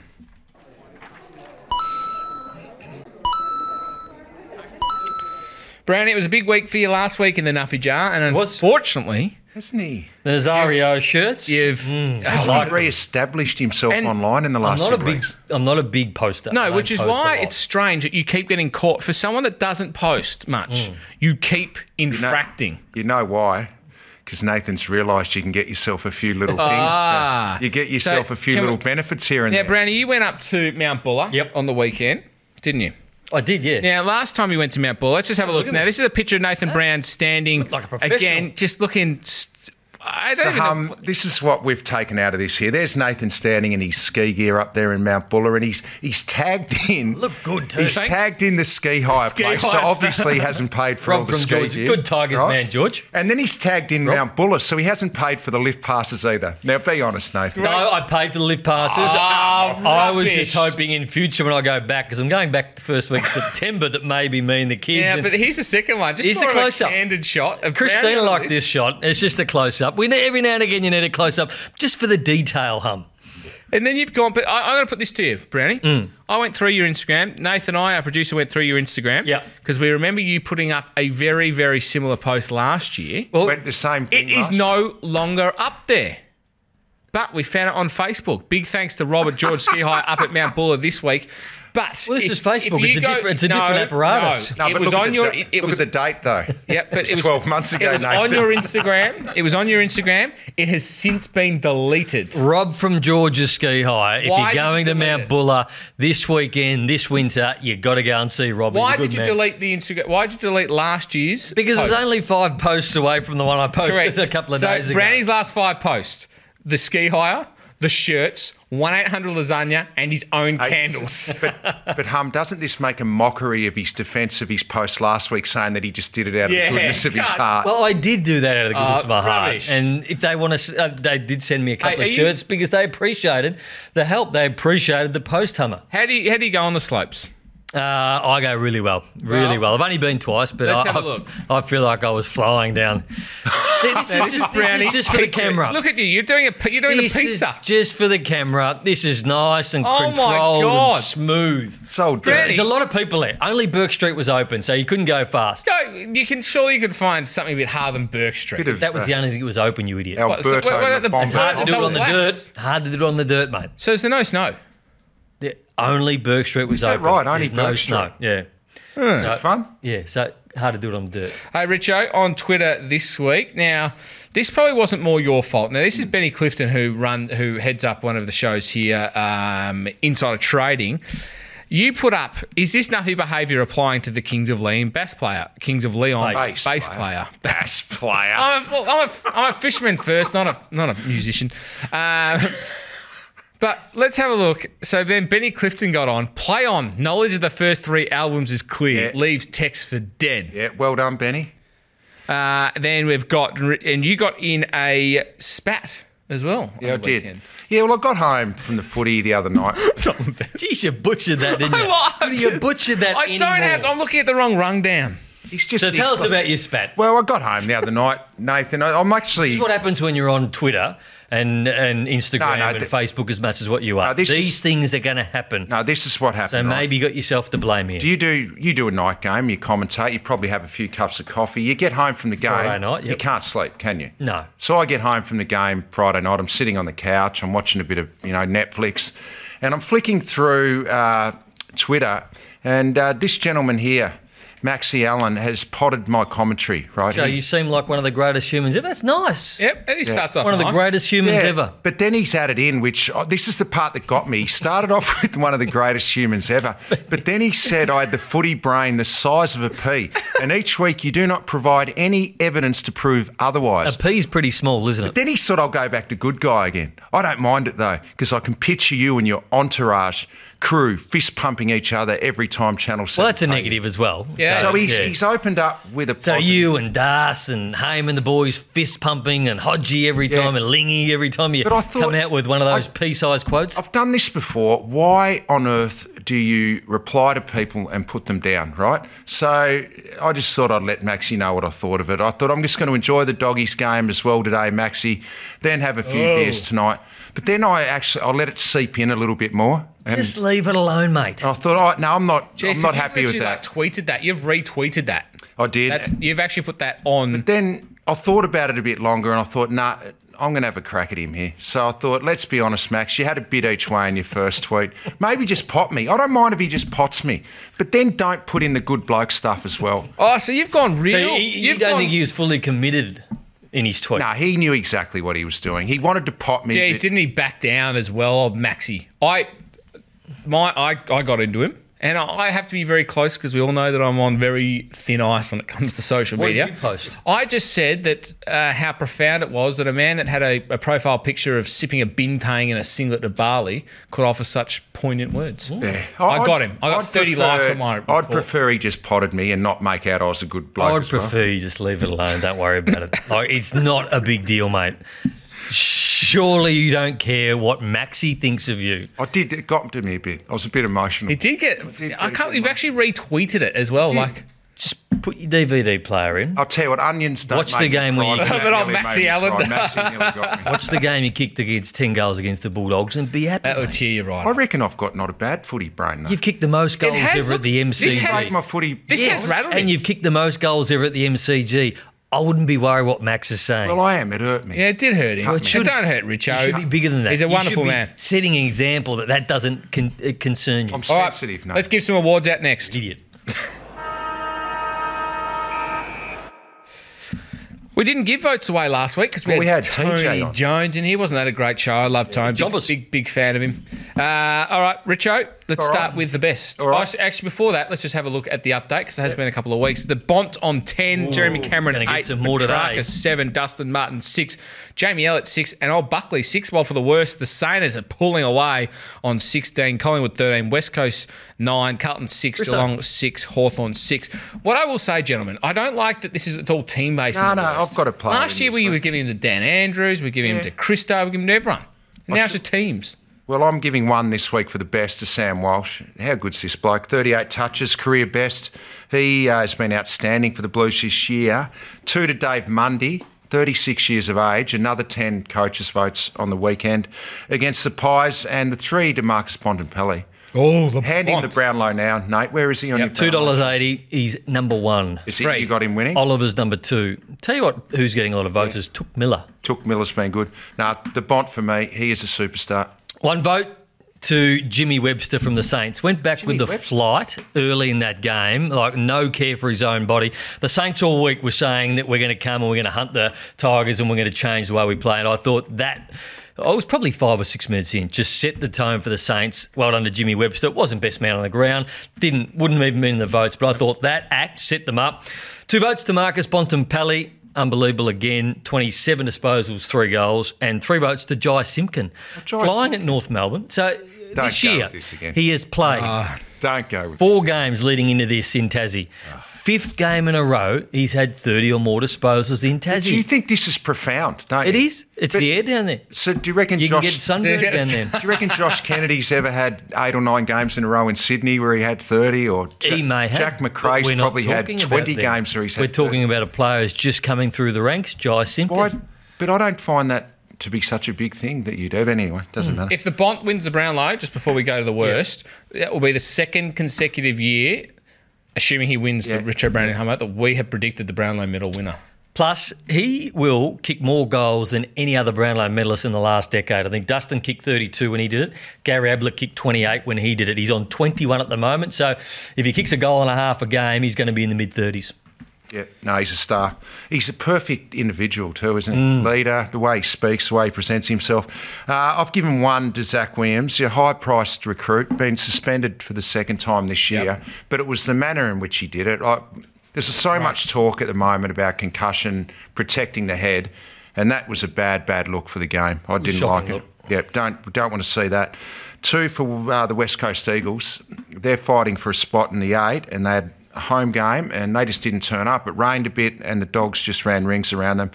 [SPEAKER 1] Brownie, it was a big week for you last week in the Nuffy Jar, and
[SPEAKER 2] was.
[SPEAKER 1] unfortunately,
[SPEAKER 3] Hasn't he?
[SPEAKER 2] The Nazario shirts.
[SPEAKER 1] you've
[SPEAKER 3] Hasn't
[SPEAKER 2] Mm. like
[SPEAKER 3] he
[SPEAKER 2] this.
[SPEAKER 3] re-established himself
[SPEAKER 1] And
[SPEAKER 3] online in the
[SPEAKER 2] I'm
[SPEAKER 3] last
[SPEAKER 2] not a
[SPEAKER 3] few
[SPEAKER 2] big.
[SPEAKER 3] weeks?
[SPEAKER 2] I'm not a big poster. I
[SPEAKER 1] No,
[SPEAKER 2] don't
[SPEAKER 1] which is
[SPEAKER 2] post a
[SPEAKER 1] why
[SPEAKER 2] lot.
[SPEAKER 1] it's strange that you keep getting caught. For someone that doesn't post much,
[SPEAKER 2] Mm.
[SPEAKER 1] you keep infracting.
[SPEAKER 3] You know why? Because Nathan's realised you can get yourself a few little things.
[SPEAKER 1] Ah.
[SPEAKER 3] So you get yourself
[SPEAKER 1] So
[SPEAKER 3] a few
[SPEAKER 1] can we-
[SPEAKER 3] little benefits here and
[SPEAKER 1] Now,
[SPEAKER 3] there.
[SPEAKER 1] Brownie, you went up to Mount Buller
[SPEAKER 2] Yep.
[SPEAKER 1] on the weekend, didn't you?
[SPEAKER 2] I did, yeah.
[SPEAKER 1] Now, last time you went to Mount Buller, let's just have a look.
[SPEAKER 2] at
[SPEAKER 1] Now,
[SPEAKER 2] me.
[SPEAKER 1] this is a picture of Nathan Brown standing
[SPEAKER 2] like a professional.
[SPEAKER 1] again, just looking. St- I don't
[SPEAKER 3] So,
[SPEAKER 1] even know-
[SPEAKER 3] hum, this is what we've taken out of this here. There's Nathan standing in his ski gear up there in Mount Buller, and he's he's tagged in.
[SPEAKER 2] Look good too.
[SPEAKER 3] He's
[SPEAKER 2] Thanks.
[SPEAKER 3] tagged in the ski hire
[SPEAKER 1] Ski
[SPEAKER 3] place, so
[SPEAKER 1] hire.
[SPEAKER 3] obviously he hasn't paid for
[SPEAKER 2] Rob
[SPEAKER 3] all the
[SPEAKER 2] from
[SPEAKER 3] ski
[SPEAKER 2] George.
[SPEAKER 3] gear.
[SPEAKER 2] Good Tigers man, George.
[SPEAKER 3] And then he's tagged in Mount Buller, so he hasn't paid for the lift passes either. Now, be honest, Nathan.
[SPEAKER 2] No, I paid for the lift passes. I was just
[SPEAKER 1] Ah, Oh, rubbish.
[SPEAKER 2] hoping in future when I go back, because I'm going back the first week of September, that maybe me and the kids.
[SPEAKER 1] yeah,
[SPEAKER 2] and-
[SPEAKER 1] but here's the second one. Just
[SPEAKER 2] Here's
[SPEAKER 1] more
[SPEAKER 2] the
[SPEAKER 1] of a
[SPEAKER 2] close-up.
[SPEAKER 1] candid shot. Of Brownie
[SPEAKER 2] Christina
[SPEAKER 1] on
[SPEAKER 2] liked this shot. It's just a close up. We every now and again you need a close up just for the detail hum.
[SPEAKER 1] And then you've gone, but I, I'm going to put this to you, Brownie. I went through your Instagram. Nathan and I, our producer, went through your Instagram.
[SPEAKER 2] Yeah.
[SPEAKER 1] Because we remember you putting up a very, very similar post last year.
[SPEAKER 2] Well,
[SPEAKER 3] Went the same thing
[SPEAKER 1] it is
[SPEAKER 3] last
[SPEAKER 1] no longer up there. But we found it on Facebook. Big thanks to Robert George Ski High up at Mount Buller this week. But
[SPEAKER 2] Well, this
[SPEAKER 1] if-
[SPEAKER 2] is Facebook.
[SPEAKER 1] if
[SPEAKER 2] It's
[SPEAKER 1] you
[SPEAKER 2] a different- it's a different apparatus.
[SPEAKER 1] No,
[SPEAKER 3] No,
[SPEAKER 1] it
[SPEAKER 3] but
[SPEAKER 1] was
[SPEAKER 3] look at
[SPEAKER 1] on
[SPEAKER 3] the
[SPEAKER 1] your.
[SPEAKER 3] da-
[SPEAKER 1] It, it
[SPEAKER 3] look
[SPEAKER 1] was
[SPEAKER 3] at the date though.
[SPEAKER 1] yeah, but it was
[SPEAKER 3] 12 months ago,
[SPEAKER 1] It was on
[SPEAKER 3] Nathan.
[SPEAKER 1] your Instagram. It was on your Instagram. It has since been deleted.
[SPEAKER 2] Rob from Georgia's Ski High. If
[SPEAKER 1] Why did you
[SPEAKER 2] you're going to
[SPEAKER 1] delete
[SPEAKER 2] Mount
[SPEAKER 1] it?
[SPEAKER 2] Buller this weekend, this winter, you got to go and see Rob. He's a
[SPEAKER 1] Why
[SPEAKER 2] good
[SPEAKER 1] did you
[SPEAKER 2] man.
[SPEAKER 1] delete the Instagram? Why did you delete last year's?
[SPEAKER 2] Because it was
[SPEAKER 1] post?
[SPEAKER 2] only five posts away from the one I posted
[SPEAKER 1] Correct.
[SPEAKER 2] a couple of
[SPEAKER 1] so
[SPEAKER 2] days ago.
[SPEAKER 1] Brandy's last five posts: the ski hire, the shirts, one eight hundred lasagna, and his own candles.
[SPEAKER 3] but, but hum, doesn't this make a mockery of his defence of his post last week, saying that he just did it out of
[SPEAKER 1] Yeah.
[SPEAKER 3] the goodness of his
[SPEAKER 1] God.
[SPEAKER 3] heart?
[SPEAKER 2] Well, I did do that out of the goodness
[SPEAKER 1] Uh,
[SPEAKER 2] of my heart.
[SPEAKER 1] rubbish.
[SPEAKER 2] And if they want to, uh, they did send me a couple
[SPEAKER 1] Hey, are
[SPEAKER 2] of
[SPEAKER 1] you-
[SPEAKER 2] shirts because they appreciated the help. They appreciated the post hummer.
[SPEAKER 1] How do you how do you go on the slopes?
[SPEAKER 2] Uh, I go really well, really
[SPEAKER 1] Well-
[SPEAKER 2] well. I've only been twice, but
[SPEAKER 1] Let's
[SPEAKER 2] I,
[SPEAKER 1] have a
[SPEAKER 2] I-
[SPEAKER 1] look.
[SPEAKER 2] I feel like I was flying down. See, this, is just, this
[SPEAKER 1] Brownie,
[SPEAKER 2] is just for the
[SPEAKER 1] picture it.
[SPEAKER 2] camera.
[SPEAKER 1] Look at you! You're doing a pi- you're doing
[SPEAKER 2] This
[SPEAKER 1] the
[SPEAKER 2] is
[SPEAKER 1] pizza.
[SPEAKER 2] just for the camera. This is nice and
[SPEAKER 1] Oh my
[SPEAKER 2] controlled
[SPEAKER 1] God.
[SPEAKER 2] and smooth.
[SPEAKER 3] it's all dirty.
[SPEAKER 2] There's a lot of people there. Only Burke Street was open, so you couldn't go fast.
[SPEAKER 1] No, you can surely you could find something a bit harder than Burke Street.
[SPEAKER 3] Bit of,
[SPEAKER 2] That was
[SPEAKER 3] uh,
[SPEAKER 2] the only thing that was open, you idiot.
[SPEAKER 3] Alberto
[SPEAKER 1] What, so what- what are the-
[SPEAKER 3] Mabomba.
[SPEAKER 1] It's
[SPEAKER 2] Hard to do it
[SPEAKER 1] Double
[SPEAKER 2] on the
[SPEAKER 1] laps.
[SPEAKER 2] dirt. Hard to do it on the dirt, mate.
[SPEAKER 1] so is there no snow?
[SPEAKER 2] The- only Burke Street was
[SPEAKER 3] that
[SPEAKER 2] open.
[SPEAKER 3] right? Only
[SPEAKER 2] There's no
[SPEAKER 3] Burke
[SPEAKER 2] snow. Yeah.
[SPEAKER 3] Is it fun?
[SPEAKER 2] Yeah, so hard to do it on the dirt.
[SPEAKER 1] Hey, Richo, on Twitter this week. Now, this probably wasn't more your fault. Now, this is Benny Clifton who run who heads up one of the shows here, um, Insider Trading. You put up, is this Nuffy behaviour applying to the Kings of Leon bass player? Kings of Leon bass,
[SPEAKER 2] Bass.
[SPEAKER 1] bass player.
[SPEAKER 3] Bass player.
[SPEAKER 1] I'm a, I'm, a, I'm a fisherman first, not a not a musician. Um, but let's have a look. So then Benny Clifton got on. Play on. Knowledge of the first three albums is clear.
[SPEAKER 3] Yeah.
[SPEAKER 1] Leaves text for dead.
[SPEAKER 3] yeah, well done, Benny.
[SPEAKER 1] Uh, then we've got, and you got in a spat as well. on
[SPEAKER 3] Yeah, I
[SPEAKER 1] the
[SPEAKER 3] did.
[SPEAKER 1] weekend.
[SPEAKER 3] Yeah, well, I got home from the footy the other night.
[SPEAKER 2] Jeez, you butchered that, didn't you?
[SPEAKER 1] Well, I'm
[SPEAKER 2] you
[SPEAKER 1] just-
[SPEAKER 2] butchered that.
[SPEAKER 1] I don't
[SPEAKER 2] anymore.
[SPEAKER 1] have. I'm looking at the wrong rundown.
[SPEAKER 3] He's just.
[SPEAKER 2] So tell
[SPEAKER 3] he's
[SPEAKER 2] us
[SPEAKER 3] just-
[SPEAKER 2] about your spat.
[SPEAKER 3] Well, I got home the other night, Nathan. I, I'm
[SPEAKER 2] This
[SPEAKER 3] actually.
[SPEAKER 2] is what happens when you're on Twitter and, and Instagram
[SPEAKER 3] no,
[SPEAKER 2] and
[SPEAKER 3] th-
[SPEAKER 2] Facebook as much as what you are.
[SPEAKER 3] No, this
[SPEAKER 2] These
[SPEAKER 3] is-
[SPEAKER 2] things are going to happen.
[SPEAKER 3] No, this is what happened.
[SPEAKER 2] so
[SPEAKER 3] right?
[SPEAKER 2] maybe you got yourself to blame here.
[SPEAKER 3] Do you do you do a night game? You commentate. You probably have a few cups of coffee. You get home from the game.
[SPEAKER 2] Friday night,
[SPEAKER 3] You
[SPEAKER 2] yep.
[SPEAKER 3] can't sleep, can you?
[SPEAKER 2] No.
[SPEAKER 3] So I get home from the game Friday night. I'm sitting on the couch. I'm watching a bit of you know Netflix, and I'm flicking through uh, Twitter, and uh, this gentleman here, Maxie Allen, has potted my commentary. Right.
[SPEAKER 2] Joe,
[SPEAKER 3] He-
[SPEAKER 2] you seem like one of the greatest humans ever. That's nice.
[SPEAKER 1] Yep, and he starts off
[SPEAKER 2] One of the
[SPEAKER 1] nice.
[SPEAKER 2] greatest humans
[SPEAKER 3] Yeah,
[SPEAKER 2] ever.
[SPEAKER 3] But then he's added in, which oh, this is the part that got me. He started off with one of the greatest humans ever, but then he said I had the footy brain the size of a pea, and each week you do not provide any evidence to prove
[SPEAKER 2] A
[SPEAKER 3] otherwise.
[SPEAKER 2] pea's pretty small, isn't it?
[SPEAKER 3] Then he said I'll go back to good guy again. I don't mind it though, because I can picture you and your entourage crew fist pumping each other every time Channel Seven.
[SPEAKER 2] Well, that's a
[SPEAKER 3] play.
[SPEAKER 2] negative as well.
[SPEAKER 1] Yeah.
[SPEAKER 3] So he's,
[SPEAKER 2] yeah.
[SPEAKER 3] he's opened up with a.
[SPEAKER 2] So
[SPEAKER 3] positive-
[SPEAKER 2] you and Das and Haim and the boys fist pumping and Hodgie every
[SPEAKER 3] Yeah.
[SPEAKER 2] time and Lingy every time you
[SPEAKER 3] But I thought-
[SPEAKER 2] coming out with one of those
[SPEAKER 3] I-
[SPEAKER 2] pea-sized quotes.
[SPEAKER 3] I've done this before. Why on earth do you reply to people and put them down, right? So I just thought I'd let Maxi know what I thought of it. I thought I'm just going to enjoy the doggies game as well today, Maxi, then have a few beers tonight. But then I actually I let it seep in a little bit more. And
[SPEAKER 2] Just leave it alone, mate.
[SPEAKER 3] I thought, oh, no, I'm not.
[SPEAKER 1] Jeez,
[SPEAKER 3] I'm not
[SPEAKER 1] you've
[SPEAKER 3] happy with
[SPEAKER 1] literally,
[SPEAKER 3] that.
[SPEAKER 1] Like, tweeted that. You've retweeted that.
[SPEAKER 3] I did.
[SPEAKER 1] That's you've actually put that on.
[SPEAKER 3] then I thought about it a bit longer and I thought, nah, I'm going to have a crack at him here. So I thought, let's be honest, Max, you had a bit each way in your first tweet. Maybe just pot me. I don't mind if he just pots me, but then don't put in the good bloke stuff as well.
[SPEAKER 1] Oh, so you've gone real.
[SPEAKER 2] so you, you
[SPEAKER 1] have
[SPEAKER 2] don't
[SPEAKER 1] gone,
[SPEAKER 2] think he was fully committed in his tweet?
[SPEAKER 3] No, he knew exactly what he was doing. He wanted to pot me.
[SPEAKER 1] Jeez, didn't he back down as well, old Maxi? I, my, I, I got into him, and I, I have to be very close because we all know that I'm on very thin ice when it comes to social
[SPEAKER 2] What did
[SPEAKER 1] media.
[SPEAKER 2] you post?
[SPEAKER 1] I just said that uh, how profound it was that a man that had a, a profile picture of sipping a bintang in a singlet to Bali could offer such poignant words.
[SPEAKER 3] Yeah.
[SPEAKER 1] I
[SPEAKER 3] I'd-
[SPEAKER 1] got him. I got
[SPEAKER 3] I'd
[SPEAKER 1] 30
[SPEAKER 3] prefer-
[SPEAKER 1] likes on my
[SPEAKER 3] I'd
[SPEAKER 1] report.
[SPEAKER 3] prefer he just potted me and not make out I was a good bloke.
[SPEAKER 2] I would
[SPEAKER 3] as well.
[SPEAKER 2] prefer you just leave it alone. Don't worry about it. Like, it's not a big deal, mate. Surely you don't care what Maxi thinks of you.
[SPEAKER 3] I did. It got to me a bit. I was a bit emotional.
[SPEAKER 1] He did get.
[SPEAKER 3] did
[SPEAKER 1] I
[SPEAKER 3] get
[SPEAKER 1] can't.
[SPEAKER 3] it,
[SPEAKER 1] You've
[SPEAKER 3] mate.
[SPEAKER 1] actually retweeted it as well. Like,
[SPEAKER 2] Just put your DVD player in.
[SPEAKER 3] I'll tell you what, onions don't
[SPEAKER 2] Watch the
[SPEAKER 3] make me
[SPEAKER 2] game where
[SPEAKER 3] cry,
[SPEAKER 2] you
[SPEAKER 3] that
[SPEAKER 1] But on
[SPEAKER 3] nearly made
[SPEAKER 1] Maxi
[SPEAKER 3] me
[SPEAKER 1] Allen.
[SPEAKER 3] cry. Maxi nearly got me.
[SPEAKER 2] Watch the game you kicked against 10 goals against the Bulldogs and be happy.
[SPEAKER 1] that would
[SPEAKER 2] mate.
[SPEAKER 1] cheer you oh, right.
[SPEAKER 3] I
[SPEAKER 1] up.
[SPEAKER 3] reckon I've got not a bad footy brain though.
[SPEAKER 2] You've kicked the most goals
[SPEAKER 1] has-
[SPEAKER 2] ever
[SPEAKER 1] look,
[SPEAKER 2] at the
[SPEAKER 1] this
[SPEAKER 2] MCG.
[SPEAKER 1] has-
[SPEAKER 3] Break my footy.
[SPEAKER 1] This
[SPEAKER 3] Yeah,
[SPEAKER 1] has rattled
[SPEAKER 2] and
[SPEAKER 1] me.
[SPEAKER 2] you've kicked the most goals ever at the MCG. I wouldn't be worried what Max is saying.
[SPEAKER 3] Well, I am. It hurt me.
[SPEAKER 1] Yeah, it did hurt him.
[SPEAKER 2] Well, it
[SPEAKER 1] it
[SPEAKER 2] should-
[SPEAKER 1] don't hurt Richo.
[SPEAKER 2] you should be bigger than that.
[SPEAKER 1] He's a
[SPEAKER 2] You should
[SPEAKER 1] wonderful
[SPEAKER 2] be
[SPEAKER 1] man.
[SPEAKER 2] Setting an example that that doesn't con- uh, concern you.
[SPEAKER 3] I'm
[SPEAKER 1] All right,
[SPEAKER 3] sensitive now.
[SPEAKER 1] Let's give some awards out next.
[SPEAKER 2] Idiot.
[SPEAKER 1] We didn't give votes away last week because we,
[SPEAKER 3] Well, we
[SPEAKER 1] had
[SPEAKER 3] had TJ
[SPEAKER 1] Tony
[SPEAKER 3] on.
[SPEAKER 1] Jones in here. Wasn't that a great show? I love Tony. Big,
[SPEAKER 2] jobbers.
[SPEAKER 1] big, big fan of him. Uh, all right, Richo, let's
[SPEAKER 3] All right.
[SPEAKER 1] start with the best.
[SPEAKER 3] All right.
[SPEAKER 1] Oh, actually, before that, let's just have a look at the update because it has been a couple of weeks. The Bont on 10, Jeremy Cameron
[SPEAKER 2] gonna
[SPEAKER 1] 8,
[SPEAKER 2] get some more today.
[SPEAKER 1] Petrarca 7, Dustin Martin 6, Jamie Ellett 6, and old Buckley 6. While for the worst, the Saners are pulling away on 16, Collingwood 13, West Coast 9, Carlton 6, Geelong 6, Hawthorn 6. What I will say, gentlemen, I don't like that this is it's all team based.
[SPEAKER 3] No, no, I've got a player
[SPEAKER 1] Last
[SPEAKER 3] in
[SPEAKER 1] year
[SPEAKER 3] this
[SPEAKER 1] we
[SPEAKER 3] one.
[SPEAKER 1] were giving him to Dan Andrews, we were giving him to Christo, we were giving him to everyone. And now it's to teams.
[SPEAKER 3] Well, I'm giving one this week for the best to Sam Walsh. How good's this bloke? 38 touches, career best. He uh, has been outstanding for the Blues this year. Two to Dave Mundy, 36 years of age. Another 10 coaches' votes on the weekend against the Pies, and the three to Marcus Pontempelli.
[SPEAKER 1] Oh, the
[SPEAKER 3] Hand him the Brownlow now, Nate. Where is he on
[SPEAKER 2] Yep,
[SPEAKER 3] your Brownlow?
[SPEAKER 2] $2.80. He's number one.
[SPEAKER 3] Is it, you got him winning?
[SPEAKER 2] Oliver's number two. Tell you what, who's getting a lot of votes is Took Miller.
[SPEAKER 3] Took Miller's been good. Now the Bont for me, he is a superstar.
[SPEAKER 2] One vote to Jimmy Webster from the Saints. Went back with the
[SPEAKER 3] Webster?
[SPEAKER 2] flight early in that game, like no care for his own body. The Saints all week were saying that we're going to come and we're going to hunt the Tigers and we're going to change the way we play. And I thought that. I was probably five or six minutes in. Just set the tone for the Saints. Well done to Jimmy Webster. Wasn't best man on the ground. Didn't wouldn't even been in the votes, but I thought that act set them up. Two votes to Marcus Bontempelli. Unbelievable again. Twenty-seven disposals, three goals, and three votes to Jai Simpkin.
[SPEAKER 3] Jai
[SPEAKER 2] Flying at North Melbourne. So uh,
[SPEAKER 3] Don't
[SPEAKER 2] this
[SPEAKER 3] go
[SPEAKER 2] year,
[SPEAKER 3] with this again.
[SPEAKER 2] he has played
[SPEAKER 3] Ah. Don't go with
[SPEAKER 2] four games leading into this in Tassie.
[SPEAKER 3] Ah.
[SPEAKER 2] Fifth game in a row, he's had 30 or more disposals in
[SPEAKER 3] Do you
[SPEAKER 2] Tassie.
[SPEAKER 3] think this is profound? Don't
[SPEAKER 2] It
[SPEAKER 3] you?
[SPEAKER 2] is. It's the air down there.
[SPEAKER 3] So do you reckon
[SPEAKER 2] You
[SPEAKER 3] Josh?
[SPEAKER 2] can get sunburned
[SPEAKER 1] Yeah,
[SPEAKER 2] down
[SPEAKER 1] yeah.
[SPEAKER 2] there.
[SPEAKER 3] do you reckon Josh Kennedy's ever had eight or nine games in a row in Sydney where he had thirty, or
[SPEAKER 2] He may have.
[SPEAKER 3] Jack
[SPEAKER 2] but
[SPEAKER 3] McRae's
[SPEAKER 2] we're not
[SPEAKER 3] probably had
[SPEAKER 2] talking about
[SPEAKER 3] twenty
[SPEAKER 2] them.
[SPEAKER 3] games where he's had.
[SPEAKER 2] We're talking about a player who's just coming through the ranks, Jai
[SPEAKER 3] 30.
[SPEAKER 2] Simpkin.
[SPEAKER 3] Why- But I don't find that to be such a big thing that you do. But anyway,
[SPEAKER 2] Mm.
[SPEAKER 3] doesn't matter.
[SPEAKER 1] If the Bont wins the Brownlow, just before we go to the worst, that will be the second consecutive year, assuming he wins
[SPEAKER 3] Yeah.
[SPEAKER 1] the Richard Brown and Hummer, that we have predicted the Brownlow medal winner.
[SPEAKER 2] Plus, he will kick more goals than any other Brownlow medalist in the last decade. I think Dustin kicked 32 when he did it. Gary Ablett kicked 28 when he did it. He's on 21 at the moment. So if he kicks a goal and a half a game, he's going to be in the mid 30s.
[SPEAKER 3] Yeah, no, he's a star. He's a perfect individual too, isn't he?
[SPEAKER 2] Mm.
[SPEAKER 3] Leader, the way he speaks, the way he presents himself. Uh, I've given one to Zach Williams, a high-priced recruit, been suspended for the second time this year, but it was the manner in which he did it. I, there's so much talk at the moment about concussion, protecting the head, and that was a bad, bad look for the game. I didn't
[SPEAKER 2] shocking
[SPEAKER 3] like it.
[SPEAKER 2] look.
[SPEAKER 3] Yep, don't don't want to see that. Two for uh, the West Coast Eagles. They're fighting for a spot in the eight, and they had a home game, and they just didn't turn up. It rained a bit, and the Dogs just ran rings around them.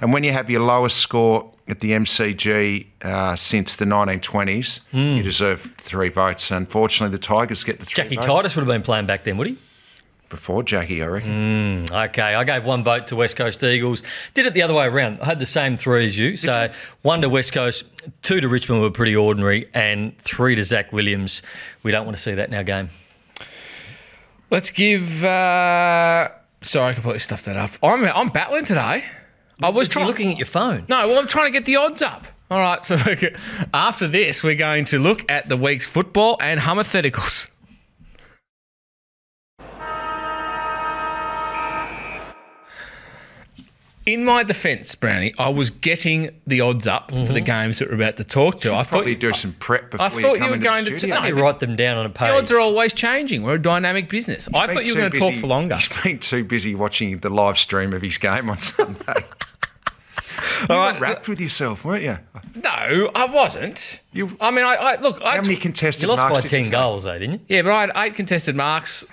[SPEAKER 3] And when you have your lowest score at the MCG uh, since the 1920s,
[SPEAKER 1] Hmm.
[SPEAKER 3] you deserve three votes. Unfortunately, the Tigers get the three
[SPEAKER 2] Jackie
[SPEAKER 3] votes
[SPEAKER 2] Titus would have been playing back then, would he?
[SPEAKER 3] before Jackie, I reckon.
[SPEAKER 1] Hmm.
[SPEAKER 2] Okay, I gave one vote to West Coast Eagles. Did it the other way around. I had the same three as you. So one to West Coast, two to Richmond were pretty ordinary, and three to Zach Williams. We don't want to see that in our game.
[SPEAKER 1] Let's give. Uh, sorry, I completely stuffed that up. I'm I'm battling today. I was
[SPEAKER 2] You're
[SPEAKER 1] trying.
[SPEAKER 2] looking at your phone.
[SPEAKER 1] No, well, I'm trying to get the odds up. All right, so okay, after this, we're going to look at the week's football and hypotheticals. In my defence, Brownie, I was getting the odds up for the games that we're about to talk to. I thought
[SPEAKER 3] Mm-hmm. Probably do some prep before
[SPEAKER 1] I
[SPEAKER 3] you
[SPEAKER 1] thought
[SPEAKER 3] come
[SPEAKER 1] you were
[SPEAKER 3] into
[SPEAKER 1] going
[SPEAKER 3] the
[SPEAKER 1] to-
[SPEAKER 3] studio.
[SPEAKER 1] no,
[SPEAKER 2] Let me write them down on a page.
[SPEAKER 1] the odds are always changing. We're a dynamic business. I
[SPEAKER 3] Been
[SPEAKER 1] thought you
[SPEAKER 3] too
[SPEAKER 1] were going to talk
[SPEAKER 3] busy-
[SPEAKER 1] for longer.
[SPEAKER 3] He's been too busy watching the live stream of his game on Sunday. you
[SPEAKER 1] right.
[SPEAKER 3] were wrapped with yourself, weren't you?
[SPEAKER 1] No, I wasn't.
[SPEAKER 3] You-
[SPEAKER 1] I mean, I, I look. I
[SPEAKER 3] How many
[SPEAKER 1] took-
[SPEAKER 3] contested
[SPEAKER 2] You lost
[SPEAKER 3] marks
[SPEAKER 2] by
[SPEAKER 3] did you
[SPEAKER 2] 10
[SPEAKER 3] take?
[SPEAKER 2] goals, though, didn't you?
[SPEAKER 1] yeah, but I had eight contested marks.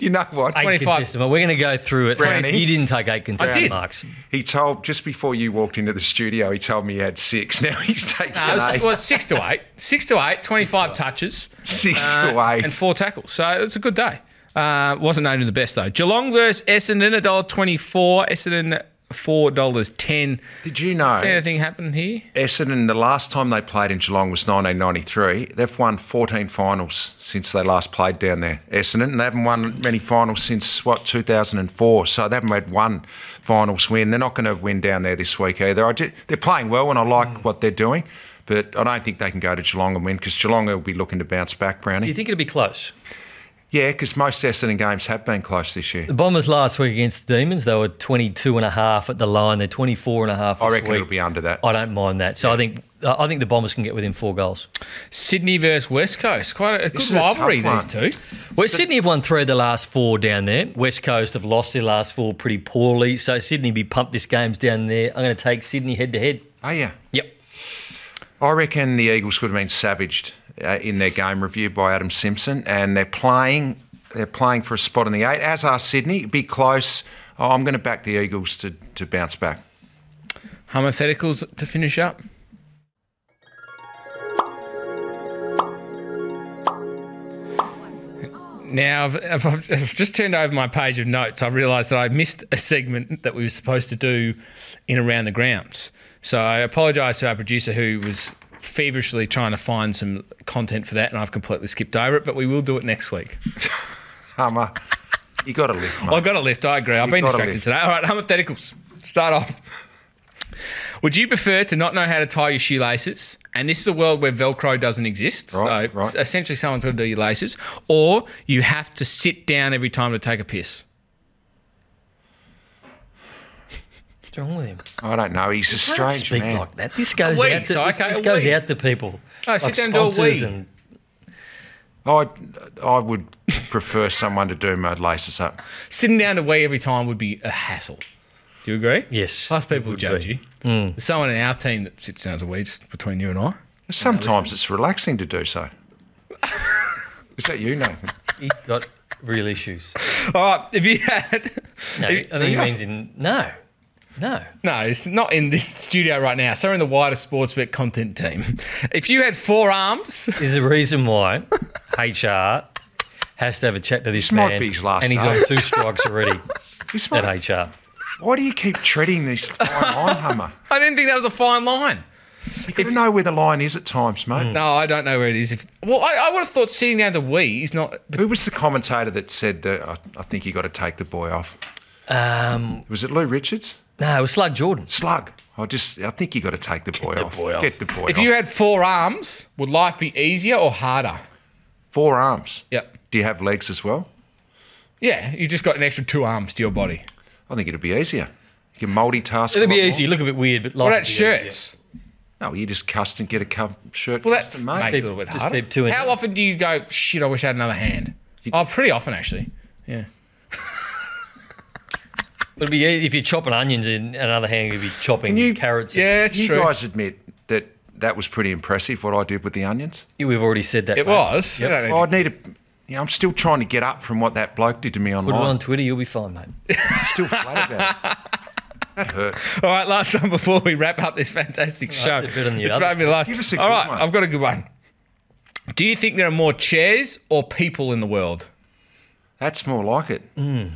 [SPEAKER 3] You know what?
[SPEAKER 2] Eight
[SPEAKER 1] 25.
[SPEAKER 2] contested marks. We're going to go through it.
[SPEAKER 3] Brownie.
[SPEAKER 2] You didn't take eight contested
[SPEAKER 1] I did.
[SPEAKER 2] marks.
[SPEAKER 3] He told just before you walked into the studio, he told me he had six. Now he's taking
[SPEAKER 1] No, it was,
[SPEAKER 3] eight,
[SPEAKER 1] it was Uh, six to eight. Six to eight, 25 touches.
[SPEAKER 3] six
[SPEAKER 1] uh,
[SPEAKER 3] away.
[SPEAKER 1] And four tackles. So it's a good day. Uh, wasn't named the best, though. Geelong versus Essendon, $1.24. Essendon, $4.10.
[SPEAKER 3] Did you know
[SPEAKER 1] See anything happen here?
[SPEAKER 3] Essendon? The last time they played in Geelong was 1993. They've won 14 finals since they last played down there, Essendon, and they haven't won many finals since what 2004. So they haven't had one finals win. They're not going to win down there this week either. I ju- they're playing well, and I like
[SPEAKER 2] Mm.
[SPEAKER 3] what they're doing. But I don't think they can go to Geelong and win because Geelong will be looking to bounce back, Brownie.
[SPEAKER 2] Do you think it'll be close?
[SPEAKER 3] Yeah, because most Essendon games have been close this year.
[SPEAKER 2] The Bombers last week against the Demons, they were 22 and a half at the line. They're 24 and a half this
[SPEAKER 3] I reckon
[SPEAKER 2] week.
[SPEAKER 3] it'll be under that.
[SPEAKER 2] I don't mind that. So I think I think the Bombers can get within four goals.
[SPEAKER 1] Sydney versus West Coast. Quite a, a good
[SPEAKER 3] is a tough
[SPEAKER 1] rivalry,
[SPEAKER 3] one.
[SPEAKER 1] these two.
[SPEAKER 2] Well, Sydney have won three of the last four down there. West Coast have lost their last four pretty poorly. So Sydney be pumped this game's down there. I'm going to take Sydney head to head.
[SPEAKER 3] Oh, yeah.
[SPEAKER 2] Yep.
[SPEAKER 3] I reckon the Eagles could have been savaged uh, in their game review by Adam Simpson, and they're playing. They're playing for a spot in the eight, as are Sydney. Be close. Oh, I'm going to back the Eagles to, to bounce back.
[SPEAKER 1] Hypotheticals to finish up. Now, I've, I've, I've just turned over my page of notes. I realised that I missed a segment that we were supposed to do in Around the Grounds. So I apologise to our producer who was feverishly trying to find some content for that, and I've completely skipped over it, but we will do it next week.
[SPEAKER 3] Hummer, you got to lift, mate.
[SPEAKER 1] I've got a lift. I agree. I've been
[SPEAKER 3] got a
[SPEAKER 1] distracted
[SPEAKER 3] lift.
[SPEAKER 1] today. All right, hypotheticals. Start off. Would you prefer to not know how to tie your shoelaces? And this is a world where Velcro doesn't exist.
[SPEAKER 3] Right,
[SPEAKER 1] so
[SPEAKER 3] right.
[SPEAKER 1] essentially, someone's got to do your laces, or you have to sit down every time to take a piss.
[SPEAKER 2] What's wrong with him?
[SPEAKER 3] I don't know. He's a
[SPEAKER 2] Don't
[SPEAKER 3] strange
[SPEAKER 2] speak
[SPEAKER 3] man.
[SPEAKER 2] like that. This goes
[SPEAKER 1] wee,
[SPEAKER 2] out to
[SPEAKER 1] so
[SPEAKER 2] this,
[SPEAKER 1] okay,
[SPEAKER 2] this
[SPEAKER 1] a
[SPEAKER 2] goes
[SPEAKER 1] wee.
[SPEAKER 2] out to people.
[SPEAKER 1] No, sit down and do a
[SPEAKER 2] sponsors
[SPEAKER 1] wee.
[SPEAKER 2] and-
[SPEAKER 3] I I would prefer someone to do my laces up.
[SPEAKER 1] Sitting down to wee every time would be a hassle. Do you agree?
[SPEAKER 2] Yes,
[SPEAKER 1] Plus, people judge
[SPEAKER 2] be.
[SPEAKER 1] you.
[SPEAKER 3] Mm.
[SPEAKER 1] There's someone in our team that sits down to wee just between you and I.
[SPEAKER 3] Sometimes it's relaxing to do so. Is that you, Nathan?
[SPEAKER 2] he's got real issues.
[SPEAKER 1] All right, if you had.
[SPEAKER 2] No, I think he means in no, no.
[SPEAKER 1] No, it's not in this studio right now. So we're in the wider Sportsbet content team. If you had four arms,
[SPEAKER 2] There's a reason why HR has to have a chat to this,
[SPEAKER 3] This might
[SPEAKER 2] man,
[SPEAKER 3] be his last
[SPEAKER 2] and he's
[SPEAKER 3] day.
[SPEAKER 2] on two strikes already
[SPEAKER 3] This
[SPEAKER 2] at
[SPEAKER 3] one-
[SPEAKER 2] HR.
[SPEAKER 3] Why do you keep treating this fine line, Hummer?
[SPEAKER 1] I didn't think that was a fine line.
[SPEAKER 3] You got to know where the line is at times, mate.
[SPEAKER 1] No, I don't know where it is. If well, I, I would have thought sitting down to we is not.
[SPEAKER 3] Who was the commentator that said that I, I think you got to take the boy off? Um, was it Lou Richards?
[SPEAKER 2] No, it was Slug Jordan.
[SPEAKER 3] Slug. I just I think you got to take the boy, off.
[SPEAKER 2] boy off.
[SPEAKER 3] Get the boy
[SPEAKER 1] If
[SPEAKER 3] off.
[SPEAKER 1] you had four arms, would life be easier or harder?
[SPEAKER 3] Four arms.
[SPEAKER 1] Yep.
[SPEAKER 3] Do you have legs as well?
[SPEAKER 1] Yeah, you just got an extra two arms to your body.
[SPEAKER 3] I think it'd be easier. You can multitask.
[SPEAKER 2] It'd
[SPEAKER 3] a
[SPEAKER 2] be
[SPEAKER 3] lot more.
[SPEAKER 2] easy. You look a bit weird, but like.
[SPEAKER 1] What about shirts?
[SPEAKER 3] No, you just cussed and get a cum shirt.
[SPEAKER 1] Well,
[SPEAKER 3] custom
[SPEAKER 1] that's
[SPEAKER 3] made.
[SPEAKER 1] makes it a little bit
[SPEAKER 2] Just
[SPEAKER 1] harder.
[SPEAKER 2] keep two in
[SPEAKER 1] How
[SPEAKER 2] there.
[SPEAKER 1] often do you go? Shit, I wish I had another hand. oh, pretty often actually. Yeah.
[SPEAKER 2] It'd be e, if you're chopping onions in another hand, you'd be chopping
[SPEAKER 3] you-
[SPEAKER 2] carrots.
[SPEAKER 1] Yeah, it's
[SPEAKER 3] you
[SPEAKER 1] true.
[SPEAKER 3] guys admit that that was pretty impressive what I did with the onions.
[SPEAKER 2] We've already said that.
[SPEAKER 1] it
[SPEAKER 2] mate.
[SPEAKER 1] was. I don't need to-
[SPEAKER 3] Well, I'd need a. You know, I'm still trying to get up from what that bloke did to me
[SPEAKER 2] Put it
[SPEAKER 3] online.
[SPEAKER 2] on Twitter, you'll be fine, mate.
[SPEAKER 3] I'm still flat about it. That hurt.
[SPEAKER 1] All right, last one before we wrap up this fantastic show.
[SPEAKER 2] they're better than the
[SPEAKER 1] it's
[SPEAKER 2] other
[SPEAKER 1] maybe the last.
[SPEAKER 3] Give us a
[SPEAKER 1] All
[SPEAKER 3] good
[SPEAKER 1] right,
[SPEAKER 3] one.
[SPEAKER 1] I've got a good one. Do you think there are more chairs or people in the world?
[SPEAKER 3] That's more like it. Mm.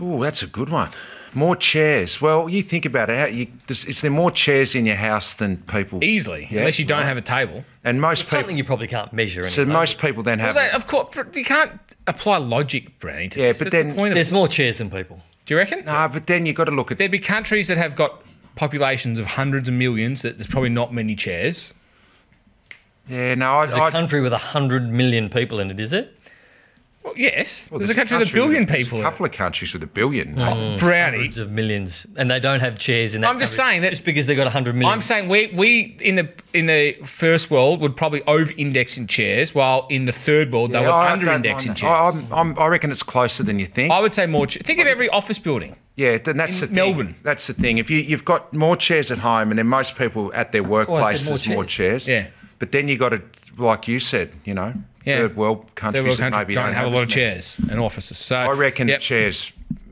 [SPEAKER 3] Ooh, that's a good one. More chairs. Well, you think about it. How you, is, is there more chairs in your house than people?
[SPEAKER 1] Easily, unless you don't have a table.
[SPEAKER 3] And most people.
[SPEAKER 2] Something you probably can't measure. Anyway.
[SPEAKER 3] So most people then have.
[SPEAKER 1] They- of course, you can't apply logic, Brandy. To
[SPEAKER 3] Yeah,
[SPEAKER 1] this.
[SPEAKER 3] but
[SPEAKER 1] That's the
[SPEAKER 3] then-
[SPEAKER 1] point of,
[SPEAKER 2] There's more chairs than people.
[SPEAKER 1] do you reckon?
[SPEAKER 3] Ah, but then you got to look at.
[SPEAKER 1] There'd be countries that have got populations of hundreds of millions that there's probably not many chairs.
[SPEAKER 3] Yeah, no, I,
[SPEAKER 2] It's a
[SPEAKER 3] I,
[SPEAKER 2] country with 100 million people in it, is it?
[SPEAKER 1] Well, yes,
[SPEAKER 3] well,
[SPEAKER 1] there's, a country with a billion
[SPEAKER 3] there's
[SPEAKER 1] people. Mm.
[SPEAKER 3] A couple of countries with a
[SPEAKER 1] in
[SPEAKER 3] billion.
[SPEAKER 1] it. Brownie,
[SPEAKER 2] Hundreds of millions. And they don't have chairs in that
[SPEAKER 1] I'm just
[SPEAKER 2] country
[SPEAKER 1] saying that-
[SPEAKER 2] Just because they've got 100 million.
[SPEAKER 1] I'm saying we we in the in the first world would probably over index in chairs, while in the third world they
[SPEAKER 3] Yeah,
[SPEAKER 1] would
[SPEAKER 3] I
[SPEAKER 1] under
[SPEAKER 3] don't
[SPEAKER 1] index
[SPEAKER 3] mind
[SPEAKER 1] in
[SPEAKER 3] that. I,
[SPEAKER 1] chairs.
[SPEAKER 3] I'm, I'm, I reckon it's closer than you think.
[SPEAKER 1] I would say more. Cha- think of every office building.
[SPEAKER 3] yeah, then that's the
[SPEAKER 1] In
[SPEAKER 3] thing.
[SPEAKER 1] Melbourne.
[SPEAKER 3] That's the thing. If you, you've got more chairs at home, and then most people at their
[SPEAKER 2] why I
[SPEAKER 3] workplace,
[SPEAKER 2] said more
[SPEAKER 3] there's more chairs.
[SPEAKER 1] Yeah.
[SPEAKER 3] But then you got to, like you said, you know,
[SPEAKER 1] Yeah.
[SPEAKER 3] third world countries,
[SPEAKER 1] Third world
[SPEAKER 3] that
[SPEAKER 1] countries
[SPEAKER 3] maybe
[SPEAKER 1] don't, have, a lot of
[SPEAKER 3] as
[SPEAKER 1] chairs and offices. So
[SPEAKER 3] many. I reckon
[SPEAKER 1] Yep,
[SPEAKER 3] chairs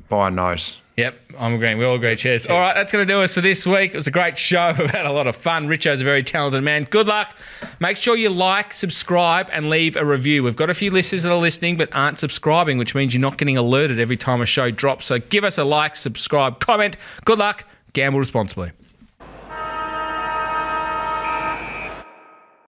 [SPEAKER 3] by a nose.
[SPEAKER 1] yep, I'm agreeing. We all agree. Chairs. All right, that's going to do us for this week. It was a great show. We've had a lot of fun. Richo's a very talented man. Good luck. Make sure you like, subscribe, and leave a review. We've got a few listeners that are listening but aren't subscribing, which means you're not getting alerted every time a show drops. So give us a like, subscribe, comment. Good luck. Gamble responsibly.